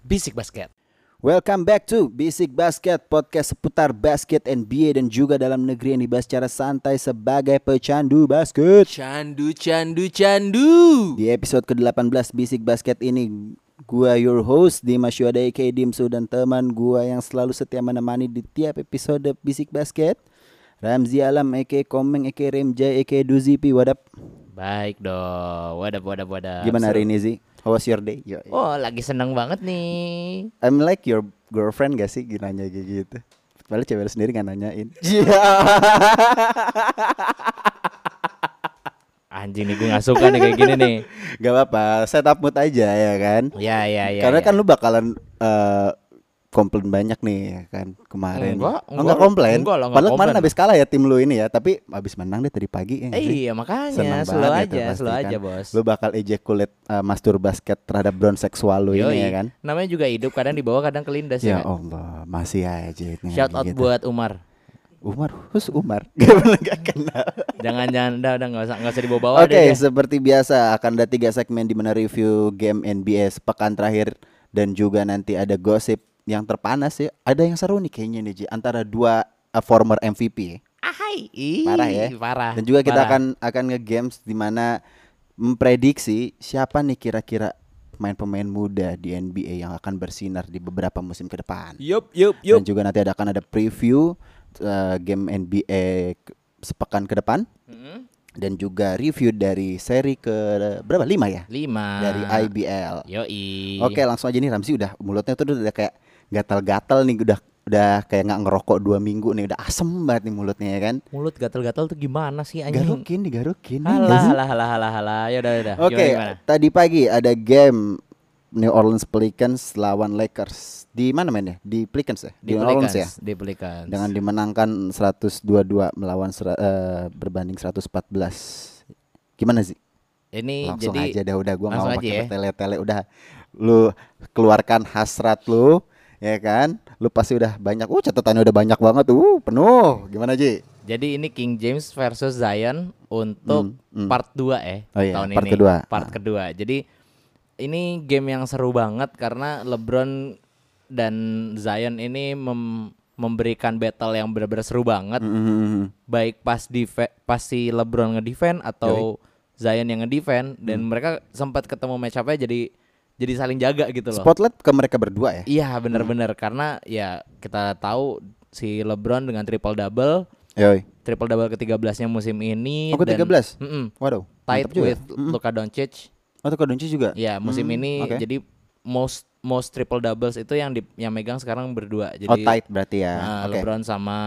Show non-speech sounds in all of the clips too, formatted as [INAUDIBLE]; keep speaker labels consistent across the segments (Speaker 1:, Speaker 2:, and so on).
Speaker 1: Bisik Basket.
Speaker 2: Welcome back to Basic Basket, podcast seputar basket NBA dan juga dalam negeri yang dibahas secara santai sebagai pecandu basket.
Speaker 1: Candu, candu, candu.
Speaker 2: Di episode ke-18 Basic Basket ini, gua your host Dimas Yuada aka Dimsu dan teman gua yang selalu setia menemani di tiap episode Basic Basket. Ramzi Alam aka Komeng aka Remja aka Duzipi, what up?
Speaker 1: Baik dong. Wadap, wadap, wadap.
Speaker 2: Gimana hari ini Zi? How was your day? Yo,
Speaker 1: Oh, lagi seneng banget nih.
Speaker 2: I'm like your girlfriend gak sih nanya kayak gitu? Padahal cewek lu sendiri
Speaker 1: [LAUGHS]
Speaker 2: gak nanyain.
Speaker 1: Iya. Anjing nih gue gak suka nih kayak gini nih.
Speaker 2: Gak apa-apa, set up mood aja ya kan.
Speaker 1: Ya, ya, ya.
Speaker 2: Karena
Speaker 1: ya.
Speaker 2: kan lu bakalan eh, komplain banyak nih ya kan kemarin.
Speaker 1: Enggak,
Speaker 2: Oh,
Speaker 1: enggak,
Speaker 2: komplain.
Speaker 1: enggak lah, enggak
Speaker 2: Padahal kemarin
Speaker 1: komplain.
Speaker 2: habis kalah ya tim lu ini ya, tapi habis menang deh tadi pagi ya.
Speaker 1: Eh,
Speaker 2: nggak sih?
Speaker 1: iya makanya
Speaker 2: Seneng
Speaker 1: slow
Speaker 2: banget itu
Speaker 1: aja,
Speaker 2: pasti
Speaker 1: slow
Speaker 2: kan.
Speaker 1: aja bos.
Speaker 2: Lu bakal ejaculate eh, mastur basket terhadap brown seksual lu ini
Speaker 1: Yoi.
Speaker 2: ya kan.
Speaker 1: Namanya juga hidup, kadang di bawah, kadang kelindas
Speaker 2: Ya
Speaker 1: ya. kan?
Speaker 2: Allah, masih aja ini
Speaker 1: Shout
Speaker 2: lagi
Speaker 1: out
Speaker 2: gitu.
Speaker 1: buat Umar.
Speaker 2: Umar, Hus Umar. [LAUGHS] Gak pernah gak kenal.
Speaker 1: Jangan jangan udah udah nggak usah nggak usah dibawa-bawa deh
Speaker 2: Oke,
Speaker 1: ya. dia.
Speaker 2: seperti biasa akan ada tiga segmen di mana review game NBA sepekan terakhir dan juga nanti ada gosip yang terpanas ya. Ada yang seru nih kayaknya nih Ji antara dua uh, former MVP.
Speaker 1: Ahai.
Speaker 2: Parah ya.
Speaker 1: Parah.
Speaker 2: Dan juga kita
Speaker 1: Ah, parah.
Speaker 2: akan akan nge-games di mana memprediksi siapa nih kira-kira pemain-pemain muda di NBA yang akan bersinar di beberapa musim ke depan.
Speaker 1: Yup, yup,
Speaker 2: Dan juga nanti ada akan ada preview uh, game NBA ke- sepekan ke depan
Speaker 1: Mm-mm.
Speaker 2: dan juga review dari seri ke berapa? 5 ya?
Speaker 1: Lima.
Speaker 2: dari
Speaker 1: Ah, iya.
Speaker 2: IBL.
Speaker 1: Yoi.
Speaker 2: Oke, langsung aja nih Ramzi udah mulutnya tuh udah kayak gatal-gatal nih udah udah kayak nggak ngerokok dua minggu nih udah asem banget nih mulutnya ya kan
Speaker 1: Mulut gatal-gatal tuh gimana sih anjing?
Speaker 2: garukin digarukin ya nggak
Speaker 1: Halah,
Speaker 2: sih?
Speaker 1: halah, halah, halah, halah. Ya udah, udah.
Speaker 2: oke
Speaker 1: Gimana, gimana?
Speaker 2: tadi pagi ada game New Orleans Pelicans lawan Lakers di mana mainnya di Pelicans ya di, New Orleans ya
Speaker 1: Pelicans, Di Pelicans.
Speaker 2: dengan dimenangkan 122 melawan sera- eh, berbanding 114 gimana sih
Speaker 1: ini
Speaker 2: langsung
Speaker 1: jadi
Speaker 2: aja dah udah gua nggak
Speaker 1: langsung
Speaker 2: mau
Speaker 1: aja
Speaker 2: pakai
Speaker 1: ya.
Speaker 2: bertele-tele udah lu keluarkan hasrat lu ya kan lu pasti udah banyak uh catatannya udah banyak banget uh penuh gimana Ji
Speaker 1: jadi ini King James versus Zion untuk
Speaker 2: Hmm, hmm.
Speaker 1: part 2 eh
Speaker 2: Oh iya,
Speaker 1: tahun
Speaker 2: part
Speaker 1: ini.
Speaker 2: kedua.
Speaker 1: Part
Speaker 2: Ah.
Speaker 1: kedua. Jadi ini game yang seru banget karena LeBron dan Zion ini mem- memberikan battle yang benar-benar seru banget.
Speaker 2: Hmm. Mm-mm.
Speaker 1: baik pas dive- pas si LeBron ngedefend atau Zion yang ngedefend dan
Speaker 2: Hmm.
Speaker 1: mereka sempat ketemu match up jadi jadi saling jaga gitu loh.
Speaker 2: spotlight ke mereka berdua ya
Speaker 1: Iya benar-benar karena ya kita tahu si LeBron dengan triple double
Speaker 2: yoi
Speaker 1: triple double ke-13-nya musim ini
Speaker 2: Aku
Speaker 1: dan
Speaker 2: 13?
Speaker 1: Mm-mm.
Speaker 2: waduh
Speaker 1: tight
Speaker 2: mantap juga. ya?
Speaker 1: with Luka Doncic.
Speaker 2: oh tuh Kodunci juga
Speaker 1: Ya, musim
Speaker 2: Hmm,
Speaker 1: ini
Speaker 2: oke.
Speaker 1: jadi most most triple doubles itu yang di, yang megang sekarang berdua. Jadi
Speaker 2: oh tight berarti ya
Speaker 1: Nah,
Speaker 2: oke Mm.
Speaker 1: LeBron sama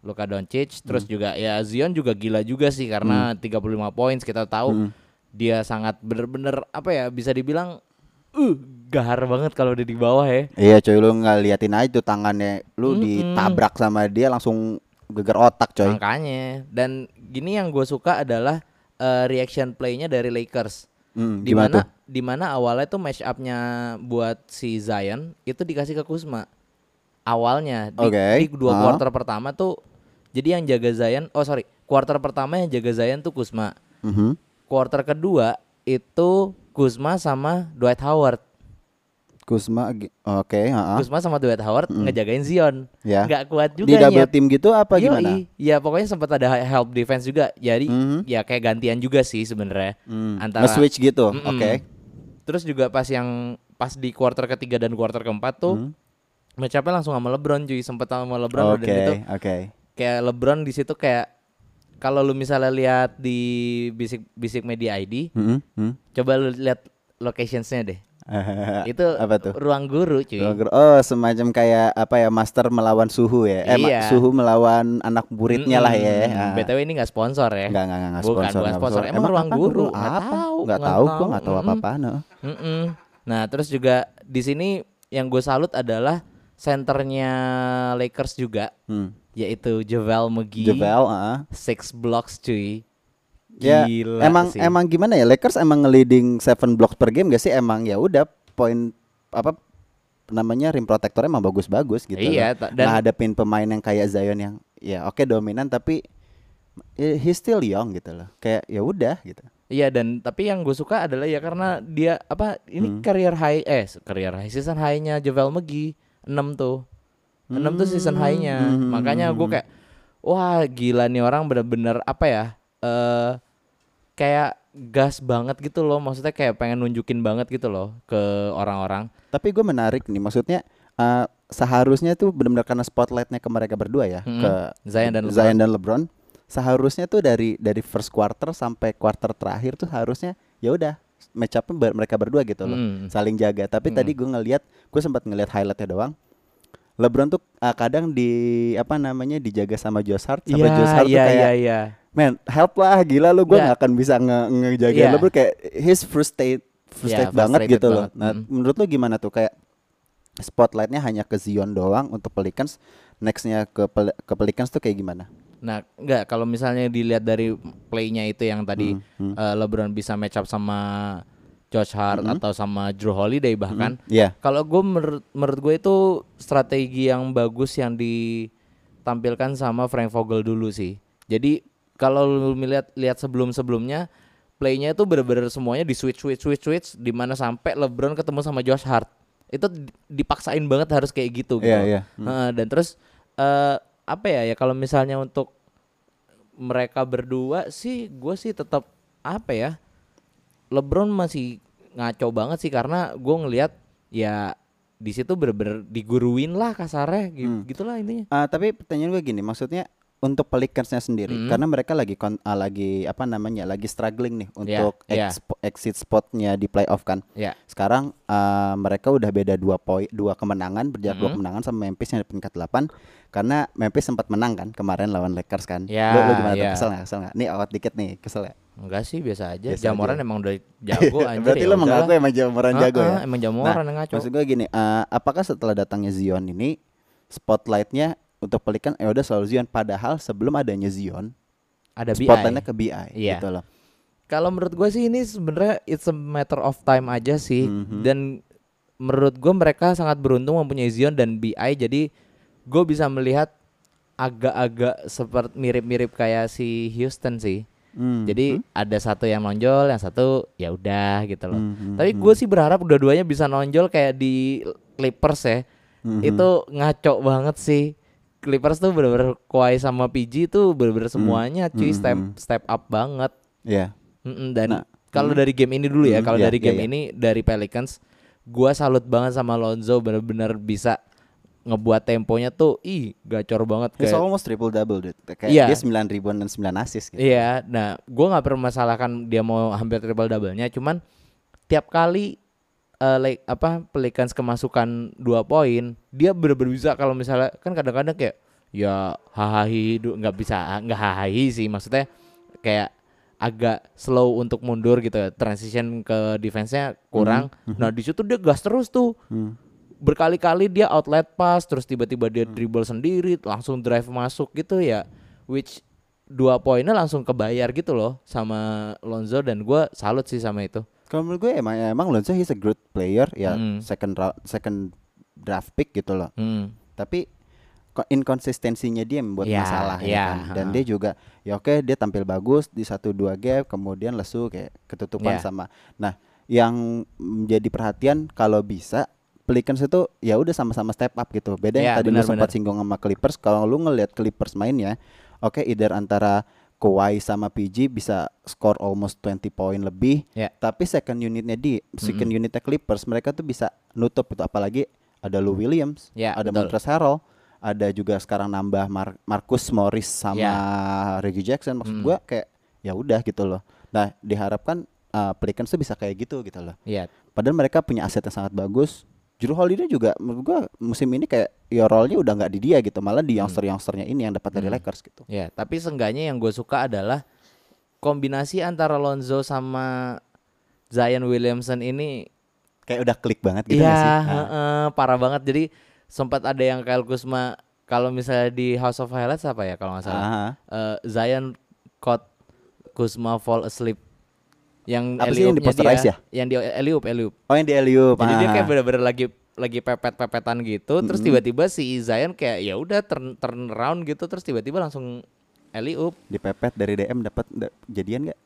Speaker 1: Luka Doncic terus juga ya Zion juga gila juga sih karena 35 poin kita
Speaker 2: Mm.
Speaker 1: tahu dia sangat bener-bener apa ya bisa dibilang uh gahar banget kalau udah di bawah ya.
Speaker 2: iya coy lu nggak liatin aja tuh tangannya lu ditabrak sama dia langsung geger
Speaker 1: Nah,
Speaker 2: otak coy
Speaker 1: Makanya dan gini yang gue suka adalah eh, reaction playnya dari Lakers.
Speaker 2: Hmm,
Speaker 1: Di
Speaker 2: gimana tuh
Speaker 1: mana di mana awalnya tuh match up-nya buat si Zion itu dikasih ke Kuzma. Awalnya di,
Speaker 2: Oke,
Speaker 1: di dua
Speaker 2: ah.
Speaker 1: quarter pertama tuh jadi yang jaga Zion, oh sorry, quarter pertama yang jaga Zion tuh Kuzma.
Speaker 2: Mhm.
Speaker 1: Quarter kedua itu Kuzma sama Dwight Howard.
Speaker 2: Kusma gi- oke ha-ha.
Speaker 1: Kuzma sama Dwight Howard ngejagain Zion.
Speaker 2: Ya.
Speaker 1: Nggak kuat juga
Speaker 2: di double
Speaker 1: Nyet.
Speaker 2: team gitu apa
Speaker 1: Yoi.
Speaker 2: gimana
Speaker 1: Ya pokoknya sempat ada help defense juga. Jadi
Speaker 2: Mhm.
Speaker 1: ya kayak gantian juga sih sebenarnya
Speaker 2: Hmm,
Speaker 1: antara
Speaker 2: nge-switch gitu.
Speaker 1: Mm-mm.
Speaker 2: Oke.
Speaker 1: Terus juga pas yang pas di quarter ketiga dan quarter keempat tuh match up-nya langsung sama LeBron cuy, sempet sama LeBron
Speaker 2: Hmm. Oke,
Speaker 1: dan itu
Speaker 2: oke.
Speaker 1: kayak LeBron di situ kayak kalau lu misalnya lihat di bisik bisik media ID,
Speaker 2: Mm-mm, mm.
Speaker 1: coba lu lihat locationsnya deh. [LAUGHS] Itu
Speaker 2: apa tuh?
Speaker 1: ruang guru cuy.
Speaker 2: Oh, semacam kayak apa ya master melawan suhu ya? Eh, ma-
Speaker 1: Iya.
Speaker 2: suhu melawan anak muridnya lah ya.
Speaker 1: Mm-mm.
Speaker 2: Ah.
Speaker 1: BTW ini nggak sponsor ya.
Speaker 2: Enggak, enggak, enggak, enggak
Speaker 1: Bukan,
Speaker 2: sponsor,
Speaker 1: bukan
Speaker 2: enggak
Speaker 1: sponsor. Emang ruang
Speaker 2: apaan?
Speaker 1: guru?
Speaker 2: Ruang
Speaker 1: Nggak tahu,
Speaker 2: apa? Nggak
Speaker 1: nggak
Speaker 2: tahu, gua
Speaker 1: tahu.
Speaker 2: nggak tahu
Speaker 1: Mm-mm.
Speaker 2: apa-apaan. heeh.
Speaker 1: Mm-mm. Nah terus juga di sini yang gue salut adalah senternya Lakers juga
Speaker 2: Hmm.
Speaker 1: yaitu Javel McGee.
Speaker 2: Jevel, heeh.
Speaker 1: Six blocks cuy.
Speaker 2: Ya,
Speaker 1: Gila
Speaker 2: emang
Speaker 1: sih.
Speaker 2: emang gimana ya? Lakers emang nge-leading 7 blocks per game gak sih? Emang ya udah poin apa namanya rim protectornya emang bagus-bagus gitu.
Speaker 1: Iya,
Speaker 2: loh.
Speaker 1: ta- dan-
Speaker 2: Ngadepin pemain yang kayak Zion yang ya oke dominan tapi eh, he's still young gitu loh. Kayak ya udah gitu.
Speaker 1: Iya dan tapi yang gue suka adalah ya karena dia apa
Speaker 2: Hmm.
Speaker 1: ini career high eh career high season high-nya Javel McGee 6 tuh. 6 tuh season
Speaker 2: Hmm.
Speaker 1: high-nya. Makanya gue kayak wah gila nih orang bener-bener apa ya? eh kayak gas banget gitu loh. Maksudnya kayak pengen nunjukin banget gitu loh ke orang-orang.
Speaker 2: Tapi gue menarik nih, maksudnya eh, seharusnya tuh benar-benar karena spotlightnya ke mereka berdua ya,
Speaker 1: Mm-mm.
Speaker 2: ke
Speaker 1: Zion dan LeBron.
Speaker 2: Zion dan LeBron. Seharusnya tuh dari dari first quarter sampai quarter terakhir tuh harusnya ya udah match up mereka berdua gitu loh,
Speaker 1: Mm.
Speaker 2: saling jaga. Tapi tadi gue ngelihat, gue sempat ngelihat highlightnya doang. LeBron tuh eh, kadang di apa namanya dijaga sama Josh Hart, sampai Josh Hart
Speaker 1: iya
Speaker 2: tuh kayak
Speaker 1: iya iya.
Speaker 2: Man, help lah gila lu gue
Speaker 1: Nggak.
Speaker 2: nggak akan bisa nge ngejaga
Speaker 1: Iya.
Speaker 2: lu bro kayak he's frustrated frustrated
Speaker 1: Iya,
Speaker 2: banget
Speaker 1: frustrated
Speaker 2: gitu loh.
Speaker 1: banget.
Speaker 2: Nah,
Speaker 1: Mm.
Speaker 2: menurut lu gimana tuh kayak spotlightnya hanya ke Zion doang untuk Pelicans, nextnya ke Pel- ke Pelicans tuh kayak gimana?
Speaker 1: Nah, enggak kalau misalnya dilihat dari playnya itu yang tadi eh, LeBron bisa match up sama Josh Hart atau sama Drew Holiday bahkan.
Speaker 2: Iya.
Speaker 1: Kalau gue menurut, menurut gue itu strategi yang bagus yang ditampilkan sama Frank Vogel dulu sih. Jadi kalau lu melihat lihat sebelum-sebelumnya playnya itu bener-bener semuanya di switch switch switch switch di mana sampai LeBron ketemu sama Josh Hart. Itu di- dipaksain banget harus kayak gitu gitu.
Speaker 2: Iya, iya.
Speaker 1: Heeh, dan terus eh, apa ya ya kalau misalnya untuk mereka berdua sih gue sih tetap apa ya LeBron masih ngaco banget sih karena gue ngelihat ya di situ bener-bener diguruin lah kasarnya gi- gitulah intinya
Speaker 2: Ah, tapi pertanyaan gue gini, maksudnya untuk Pelicansnya sendiri karena mereka lagi kon ah, lagi apa namanya lagi struggling nih untuk
Speaker 1: iya.
Speaker 2: expo- exit spotnya di playoff kan.
Speaker 1: ya
Speaker 2: Sekarang eh, mereka udah beda dua poin, dua kemenangan, berjarak
Speaker 1: Mhm.
Speaker 2: dua kemenangan sama Memphis yang di peringkat 8 karena Memphis sempat menang kan kemarin lawan Lakers kan.
Speaker 1: Ya,
Speaker 2: Lu- lu gimana tuh?
Speaker 1: ya.
Speaker 2: Kesel nggak? Kesel nggak? Nih awat dikit nih, kesel ya.
Speaker 1: enggak sih biasa aja
Speaker 2: Biasa
Speaker 1: Jamoran
Speaker 2: aja.
Speaker 1: emang
Speaker 2: [LAUGHS]
Speaker 1: udah jago anjir
Speaker 2: Berarti
Speaker 1: ya
Speaker 2: lo
Speaker 1: udahlah.
Speaker 2: mengaku emang jamoran jago
Speaker 1: Ah,
Speaker 2: ya.
Speaker 1: ah, emang Jamoran yang ngaco
Speaker 2: Maksud gue gini, eh, apakah setelah datangnya Zion ini spotlightnya untuk Pelikan ya udah selalu Zion padahal sebelum adanya Zion
Speaker 1: ada BI
Speaker 2: spotlightnya ke BI
Speaker 1: Iya.
Speaker 2: gitu loh.
Speaker 1: kalau menurut gue sih ini sebenarnya it's a matter of time aja sih
Speaker 2: Mhm.
Speaker 1: dan menurut gue mereka sangat beruntung mempunyai Zion dan BI jadi gue bisa melihat agak-agak seperti mirip-mirip kayak si Houston sih
Speaker 2: Hmm.
Speaker 1: jadi ada satu yang nonjol yang satu ya udah gitu loh
Speaker 2: Mhm,
Speaker 1: tapi gue sih berharap dua-duanya bisa nonjol kayak di Clippers ya
Speaker 2: Hmm, Mhm.
Speaker 1: itu ngaco banget sih Clippers tuh bener-bener Kawhi sama PG tuh bener-bener
Speaker 2: Mhm.
Speaker 1: semuanya cuy step step up banget
Speaker 2: Iya.
Speaker 1: Mm-mm, dan
Speaker 2: Nah,
Speaker 1: kalau dari game ini dulu ya,
Speaker 2: Mm,
Speaker 1: kalau
Speaker 2: iya,
Speaker 1: dari
Speaker 2: iya,
Speaker 1: game
Speaker 2: iya.
Speaker 1: ini dari Pelicans, gua salut banget sama Lonzo bener-bener bisa ngebuat temponya tuh ih gacor banget
Speaker 2: It's
Speaker 1: kayak.
Speaker 2: almost triple double dude. Kayak
Speaker 1: Iya.
Speaker 2: dia 9 ribuan dan 9 assist gitu.
Speaker 1: Iya, nah gua nggak permasalahkan dia mau hampir triple double-nya, cuman tiap kali eh, like, apa Pelicans kemasukan dua poin, dia bener-bener bisa kalau misalnya kan kadang-kadang kayak ya hahahi du- nggak bisa nggak hahahi sih maksudnya kayak agak slow untuk mundur gitu ya. transition ke defense-nya kurang. Nah, di situ dia gas terus tuh. Berkali-kali dia outlet pass terus tiba-tiba dia dribble sendiri, langsung drive masuk gitu ya. Which dua poinnya langsung kebayar gitu loh sama Lonzo dan gua salut sih sama itu.
Speaker 2: Kalau menurut gue emang emang Lonzo he's a good player ya
Speaker 1: Mm.
Speaker 2: second round second draft pick gitu loh.
Speaker 1: Hmm.
Speaker 2: Tapi ko- inkonsistensinya dia yang membuat
Speaker 1: Ya,
Speaker 2: masalah ya,
Speaker 1: ya,
Speaker 2: kan. Dan
Speaker 1: ha.
Speaker 2: dia juga ya oke dia tampil bagus di satu dua game kemudian lesu kayak ketutupan
Speaker 1: Ya.
Speaker 2: sama. Nah, yang menjadi perhatian kalau bisa Pelicans itu ya udah sama-sama step up gitu. Beda
Speaker 1: Ya,
Speaker 2: yang tadi lu
Speaker 1: benar,
Speaker 2: sempat
Speaker 1: benar.
Speaker 2: singgung sama Clippers kalau lu ngelihat Clippers mainnya oke either antara Kawhi sama PG bisa score almost 20 poin lebih
Speaker 1: Ya.
Speaker 2: tapi second unitnya di second unitnya Clippers mereka tuh bisa nutup itu apalagi ada Lou Williams,
Speaker 1: Ya,
Speaker 2: ada
Speaker 1: betul.
Speaker 2: Montrezl Harrell, ada juga sekarang nambah Mar- Marcus Morris sama
Speaker 1: Ya.
Speaker 2: Reggie Jackson maksud gua kayak ya udah gitu loh. Nah, diharapkan uh, Pelicans tuh bisa kayak gitu gitu loh.
Speaker 1: Iya.
Speaker 2: Padahal mereka punya aset yang sangat bagus. Juru Holiday juga menurut gua musim ini kayak ya role-nya udah nggak di dia gitu, malah di
Speaker 1: Mm.
Speaker 2: youngster-youngsternya ini yang dapat dari Lakers gitu.
Speaker 1: Ya, tapi seenggaknya yang gue suka adalah kombinasi antara Lonzo sama Zion Williamson ini
Speaker 2: Kayak udah klik banget gitu
Speaker 1: Iya,
Speaker 2: nggak sih? Nah,
Speaker 1: heeh, parah banget. Jadi sempat ada yang Kyle Kuzma kalau misalnya di House of Highlights apa ya kalau nggak salah.
Speaker 2: aha.
Speaker 1: Eh, Zion caught Kuzma fall asleep. Yang
Speaker 2: Apa sih yang
Speaker 1: alley-oop-nya
Speaker 2: diposterize
Speaker 1: dia-
Speaker 2: ya?
Speaker 1: Yang di Eliup, Eliup.
Speaker 2: Oh, yang di Eliup.
Speaker 1: Jadi dia
Speaker 2: ah.
Speaker 1: kayak bener-bener lagi lagi pepet-pepetan gitu, terus tiba-tiba si Zion kayak ya udah turn turn around gitu, terus tiba-tiba langsung Eliup.
Speaker 2: dipepet dari DM dapat da- jadian nggak?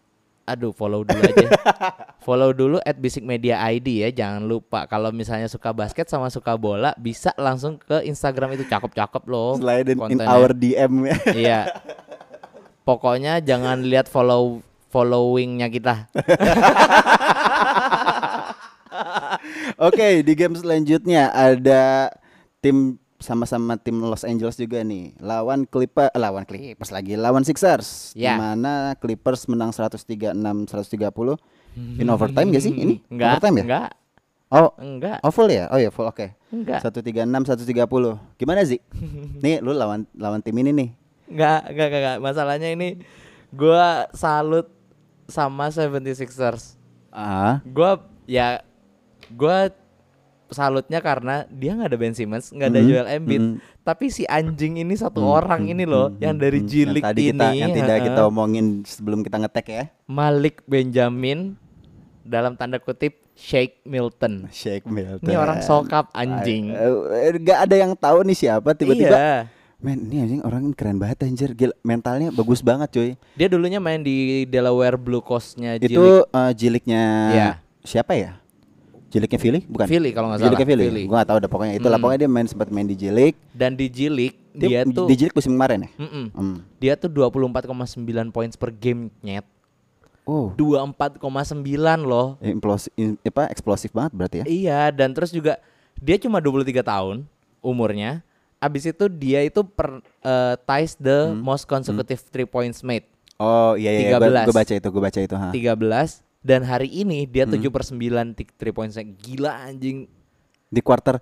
Speaker 1: aduh follow dulu
Speaker 2: [LAUGHS]
Speaker 1: aja. follow dulu at Bisik Media ID ya, jangan lupa. Kalau misalnya suka basket sama suka bola, bisa langsung ke Instagram itu cakep-cakep loh.
Speaker 2: Slide in- in
Speaker 1: kontennya.
Speaker 2: our DM ya.
Speaker 1: Iya. Pokoknya jangan lihat follow followingnya kita.
Speaker 2: [LAUGHS] Oke, di game selanjutnya ada tim sama-sama tim Los Angeles juga nih. Lawan Clipper, eh, lawan Clippers lagi, lawan Sixers.
Speaker 1: Ya.
Speaker 2: Di mana Clippers menang 136 130
Speaker 1: Hmm.
Speaker 2: in overtime gak sih ini?
Speaker 1: Enggak,
Speaker 2: overtime ya?
Speaker 1: enggak,
Speaker 2: Oh,
Speaker 1: enggak,
Speaker 2: oh full ya? Oh ya, full oke.
Speaker 1: enggak,
Speaker 2: 136 130. Gimana
Speaker 1: [LAUGHS]
Speaker 2: sih? nih, lu lawan lawan tim ini nih.
Speaker 1: enggak, enggak, enggak, enggak. Masalahnya ini gua salut sama 76ers.
Speaker 2: Ah,
Speaker 1: Gua ya gua salutnya karena dia nggak ada Ben Simmons, nggak ada
Speaker 2: Mhm,
Speaker 1: Joel Embiid,
Speaker 2: mhm.
Speaker 1: tapi si anjing ini satu orang ini loh yang dari
Speaker 2: Mm-hmm. hmm, yang
Speaker 1: Jilik
Speaker 2: tadi
Speaker 1: ini
Speaker 2: kita yang tidak kita
Speaker 1: heeh.
Speaker 2: omongin sebelum kita ngetek ya.
Speaker 1: Malik Benjamin dalam tanda kutip Shake Milton.
Speaker 2: Shake Milton.
Speaker 1: Ini orang sokap anjing.
Speaker 2: Eh, eh, Gak ada yang tahu nih siapa tiba-tiba
Speaker 1: Iya.
Speaker 2: Men, ini anjing orang keren banget anjir. Gila, mentalnya bagus banget, cuy.
Speaker 1: Dia dulunya main di Delaware Blue Coast-nya
Speaker 2: Itu
Speaker 1: G-League
Speaker 2: eh, jiliknya
Speaker 1: Iya.
Speaker 2: siapa ya? Jiliknya Philly bukan?
Speaker 1: Philly kalau nggak salah.
Speaker 2: Jiliknya Philly.
Speaker 1: Philly.
Speaker 2: Gua nggak tahu udah pokoknya itu lah
Speaker 1: Mm.
Speaker 2: pokoknya dia main sempat main di Jilik.
Speaker 1: dan di Jilik dia,
Speaker 2: Dia,
Speaker 1: tuh
Speaker 2: di Jilik musim kemarin ya?
Speaker 1: Mm-mm.
Speaker 2: Hmm.
Speaker 1: dia tuh 24,9 points per game nyet.
Speaker 2: Wow.
Speaker 1: 24,9 loh.
Speaker 2: Oh. Implos, in- apa eksplosif banget berarti ya?
Speaker 1: Iya, dan terus juga dia cuma 23 tahun umurnya. Abis itu dia itu per, eh, ties the
Speaker 2: Hmm.
Speaker 1: most consecutive three points made.
Speaker 2: Oh iya iya. Gua,
Speaker 1: 13.
Speaker 2: gua baca itu, gua baca itu. Ha.
Speaker 1: 13 dan hari ini dia
Speaker 2: Hmm.
Speaker 1: 7 per 9 tik- three points gila anjing
Speaker 2: Di quarter,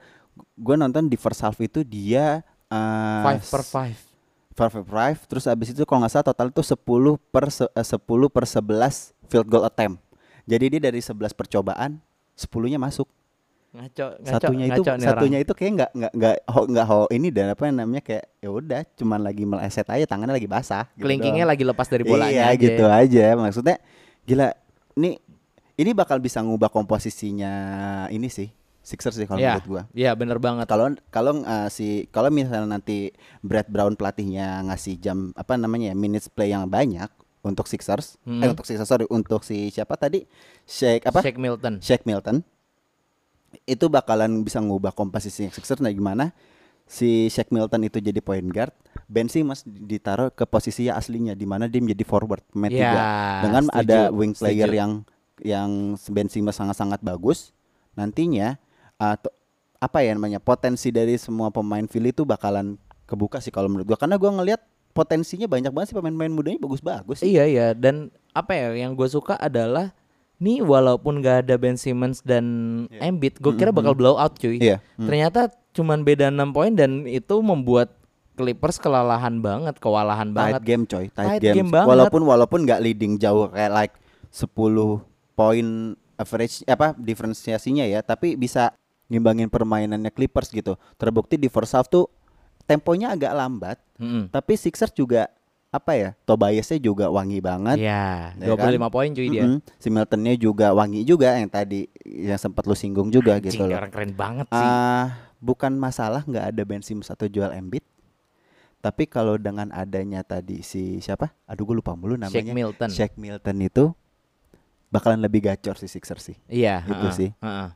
Speaker 2: gua nonton di first half itu dia eh,
Speaker 1: 5 per 5
Speaker 2: five per five terus abis itu kalau nggak salah total itu 10 per se- eh, 10 per 11 field goal attempt jadi dia dari 11 percobaan 10-nya masuk
Speaker 1: ngaco ngaco
Speaker 2: satunya itu
Speaker 1: ngaco nih
Speaker 2: satunya itu kayak nggak nggak nggak ho, nggak ho ini dan apa namanya kayak ya udah cuman lagi meleset aja tangannya lagi basah
Speaker 1: orang. kelingkingnya lagi lepas dari bolanya
Speaker 2: gitu iya
Speaker 1: aja.
Speaker 2: gitu aja maksudnya gila ini ini bakal bisa ngubah komposisinya ini sih Sixers sih kalau
Speaker 1: Iya,
Speaker 2: menurut gua
Speaker 1: iya bener banget
Speaker 2: kalau kalau uh, si kalau misalnya nanti Brad Brown pelatihnya ngasih jam apa namanya ya, minutes play yang banyak untuk Sixers, eh
Speaker 1: Hmm.
Speaker 2: untuk Sixers sorry untuk si siapa tadi Shake apa Shake,
Speaker 1: Shake Milton
Speaker 2: Milton itu bakalan bisa ngubah komposisi Sixers nah gimana si Shake Milton itu jadi point guard, Ben Simmons ditaruh ke posisi aslinya di mana dia menjadi forward pemain
Speaker 1: Ya,
Speaker 2: tiga dengan
Speaker 1: setuju,
Speaker 2: ada wing player
Speaker 1: setuju.
Speaker 2: yang yang Ben Simmons sangat-sangat bagus nantinya atau apa ya namanya potensi dari semua pemain Philly itu bakalan kebuka sih kalau menurut gua karena gua ngelihat potensinya banyak banget sih pemain-pemain mudanya bagus-bagus sih.
Speaker 1: iya iya dan apa ya yang gue suka adalah nih walaupun gak ada Ben Simmons dan Embiid gue kira bakal blow out cuy
Speaker 2: Iya.
Speaker 1: ternyata cuman beda 6 poin dan itu membuat Clippers kelelahan banget kewalahan
Speaker 2: Tight
Speaker 1: banget
Speaker 2: game coy, tight,
Speaker 1: Tight game banget.
Speaker 2: Walaupun walaupun nggak leading jauh kayak like 10 poin average apa diferensiasinya ya, tapi bisa ngimbangin permainannya Clippers gitu. Terbukti di first half tuh temponya agak lambat,
Speaker 1: Mm-mm.
Speaker 2: tapi Sixers juga apa ya? Tobiasnya juga wangi banget.
Speaker 1: Iya,
Speaker 2: Ya
Speaker 1: 25 poin cuy dia.
Speaker 2: Mm-mm. Si Miltonnya juga wangi juga yang tadi yang sempat lu singgung juga
Speaker 1: Anjing,
Speaker 2: gitu loh.
Speaker 1: orang keren banget sih.
Speaker 2: Ah, bukan masalah nggak ada Ben Simmons atau Joel Embiid. Tapi kalau dengan adanya tadi si siapa? Aduh gue lupa mulu namanya.
Speaker 1: Shake Milton.
Speaker 2: Shake Milton itu bakalan lebih gacor si Sixers sih.
Speaker 1: Iya,
Speaker 2: Itu
Speaker 1: heeh,
Speaker 2: Gitu sih.
Speaker 1: heeh.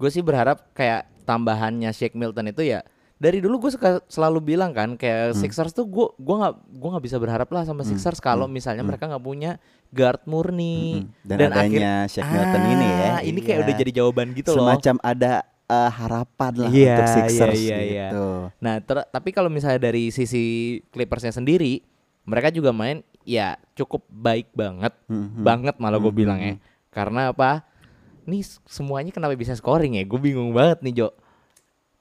Speaker 1: Gue sih berharap kayak tambahannya Shake Milton itu ya dari dulu gue suka selalu bilang kan
Speaker 2: Hmm.
Speaker 1: kayak Sixers tuh gue gua nggak gua nggak bisa berharap lah sama Sixers kalau
Speaker 2: hmm,
Speaker 1: misalnya mereka nggak punya guard murni
Speaker 2: Mm-mm. Dan, adanya Shake
Speaker 1: akhir-
Speaker 2: Hmm, Milton ini ya.
Speaker 1: Ah, ini kayak
Speaker 2: iya.
Speaker 1: udah jadi jawaban gitu loh.
Speaker 2: semacam ada eh, harapan lah
Speaker 1: Iya,
Speaker 2: untuk Sixers
Speaker 1: iya, iya,
Speaker 2: gitu.
Speaker 1: Nah, ter- tapi kalau misalnya dari sisi Clippersnya sendiri, mereka juga main ya cukup baik banget,
Speaker 2: Mhm.
Speaker 1: banget malah gue bilang
Speaker 2: hmm,
Speaker 1: ya. Karena apa? Nih s- semuanya kenapa bisa scoring ya? Gue bingung banget nih Jo.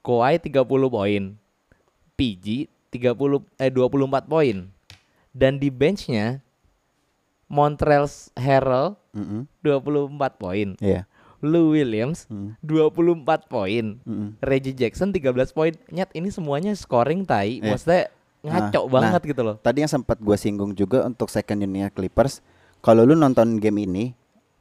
Speaker 1: Kawhi 30 poin, PG 30 eh 24 poin, dan di benchnya Montrezl Harrell
Speaker 2: Mm-mm.
Speaker 1: 24 poin,
Speaker 2: Iya.
Speaker 1: Lou Williams
Speaker 2: Mm.
Speaker 1: 24 poin.
Speaker 2: Mm-mm.
Speaker 1: Reggie Jackson 13 poin. Nyat ini semuanya scoring tai.
Speaker 2: Iya.
Speaker 1: Maksudnya ngaco
Speaker 2: Nah,
Speaker 1: banget gitu loh.
Speaker 2: Tadi yang sempat gue singgung juga untuk second unitnya Clippers. Kalau lu nonton game ini,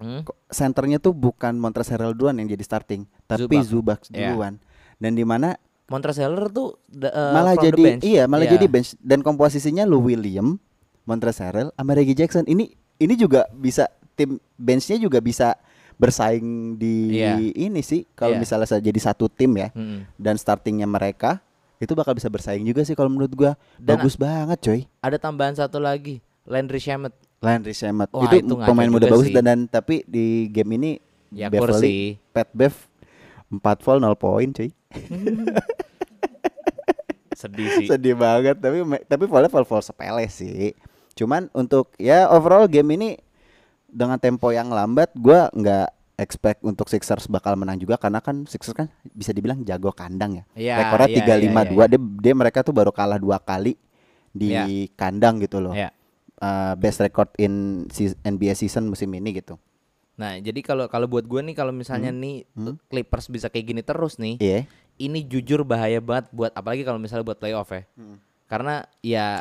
Speaker 1: Hmm?
Speaker 2: ko- senternya tuh bukan Montrezl Harrell duluan yang jadi starting, tapi Zubac,
Speaker 1: Iya.
Speaker 2: duluan. Dan di mana
Speaker 1: Montrezl tuh da- eh,
Speaker 2: malah
Speaker 1: from the
Speaker 2: jadi
Speaker 1: bench.
Speaker 2: iya, malah
Speaker 1: Iya.
Speaker 2: jadi bench dan komposisinya Lou William, Montrezl Harrell sama Reggie Jackson. Ini ini juga bisa tim benchnya juga bisa bersaing di
Speaker 1: Iya.
Speaker 2: ini sih
Speaker 1: Iya.
Speaker 2: kalau
Speaker 1: Hmm.
Speaker 2: misalnya sa- jadi satu tim ya
Speaker 1: Mm-mm.
Speaker 2: dan startingnya mereka itu bakal bisa bersaing juga sih kalau menurut gua
Speaker 1: Dan-
Speaker 2: bagus banget coy
Speaker 1: Ada tambahan satu lagi, Landry Shamet.
Speaker 2: Landry Shamet
Speaker 1: Wah,
Speaker 2: itu,
Speaker 1: itu ngaco
Speaker 2: pemain muda
Speaker 1: juga
Speaker 2: bagus
Speaker 1: sih.
Speaker 2: dan, dan tapi di game ini
Speaker 1: Ya
Speaker 2: Beverly
Speaker 1: kursi.
Speaker 2: Pat Bev 4 foul 0 poin cuy
Speaker 1: Sedih sih.
Speaker 2: [LAUGHS] sedih banget tapi me- tapi foulnya foul foul sepele sih cuman untuk ya overall game ini dengan tempo yang lambat gua nggak expect untuk Sixers bakal menang juga karena kan Sixers kan bisa dibilang jago kandang ya
Speaker 1: Iya,
Speaker 2: rekornya
Speaker 1: iya,
Speaker 2: tiga lima
Speaker 1: iya, iya,
Speaker 2: dua dia, dia mereka tuh baru kalah dua kali di
Speaker 1: Iya.
Speaker 2: kandang gitu loh
Speaker 1: Ya.
Speaker 2: Uh, best record in se- NBA season musim ini gitu
Speaker 1: Nah, jadi kalau kalau buat gue nih kalau misalnya nih Clippers bisa kayak gini terus nih,
Speaker 2: Hmm. iya
Speaker 1: ini jujur bahaya banget buat apalagi kalau misalnya buat playoff ya.
Speaker 2: Hmm.
Speaker 1: Karena ya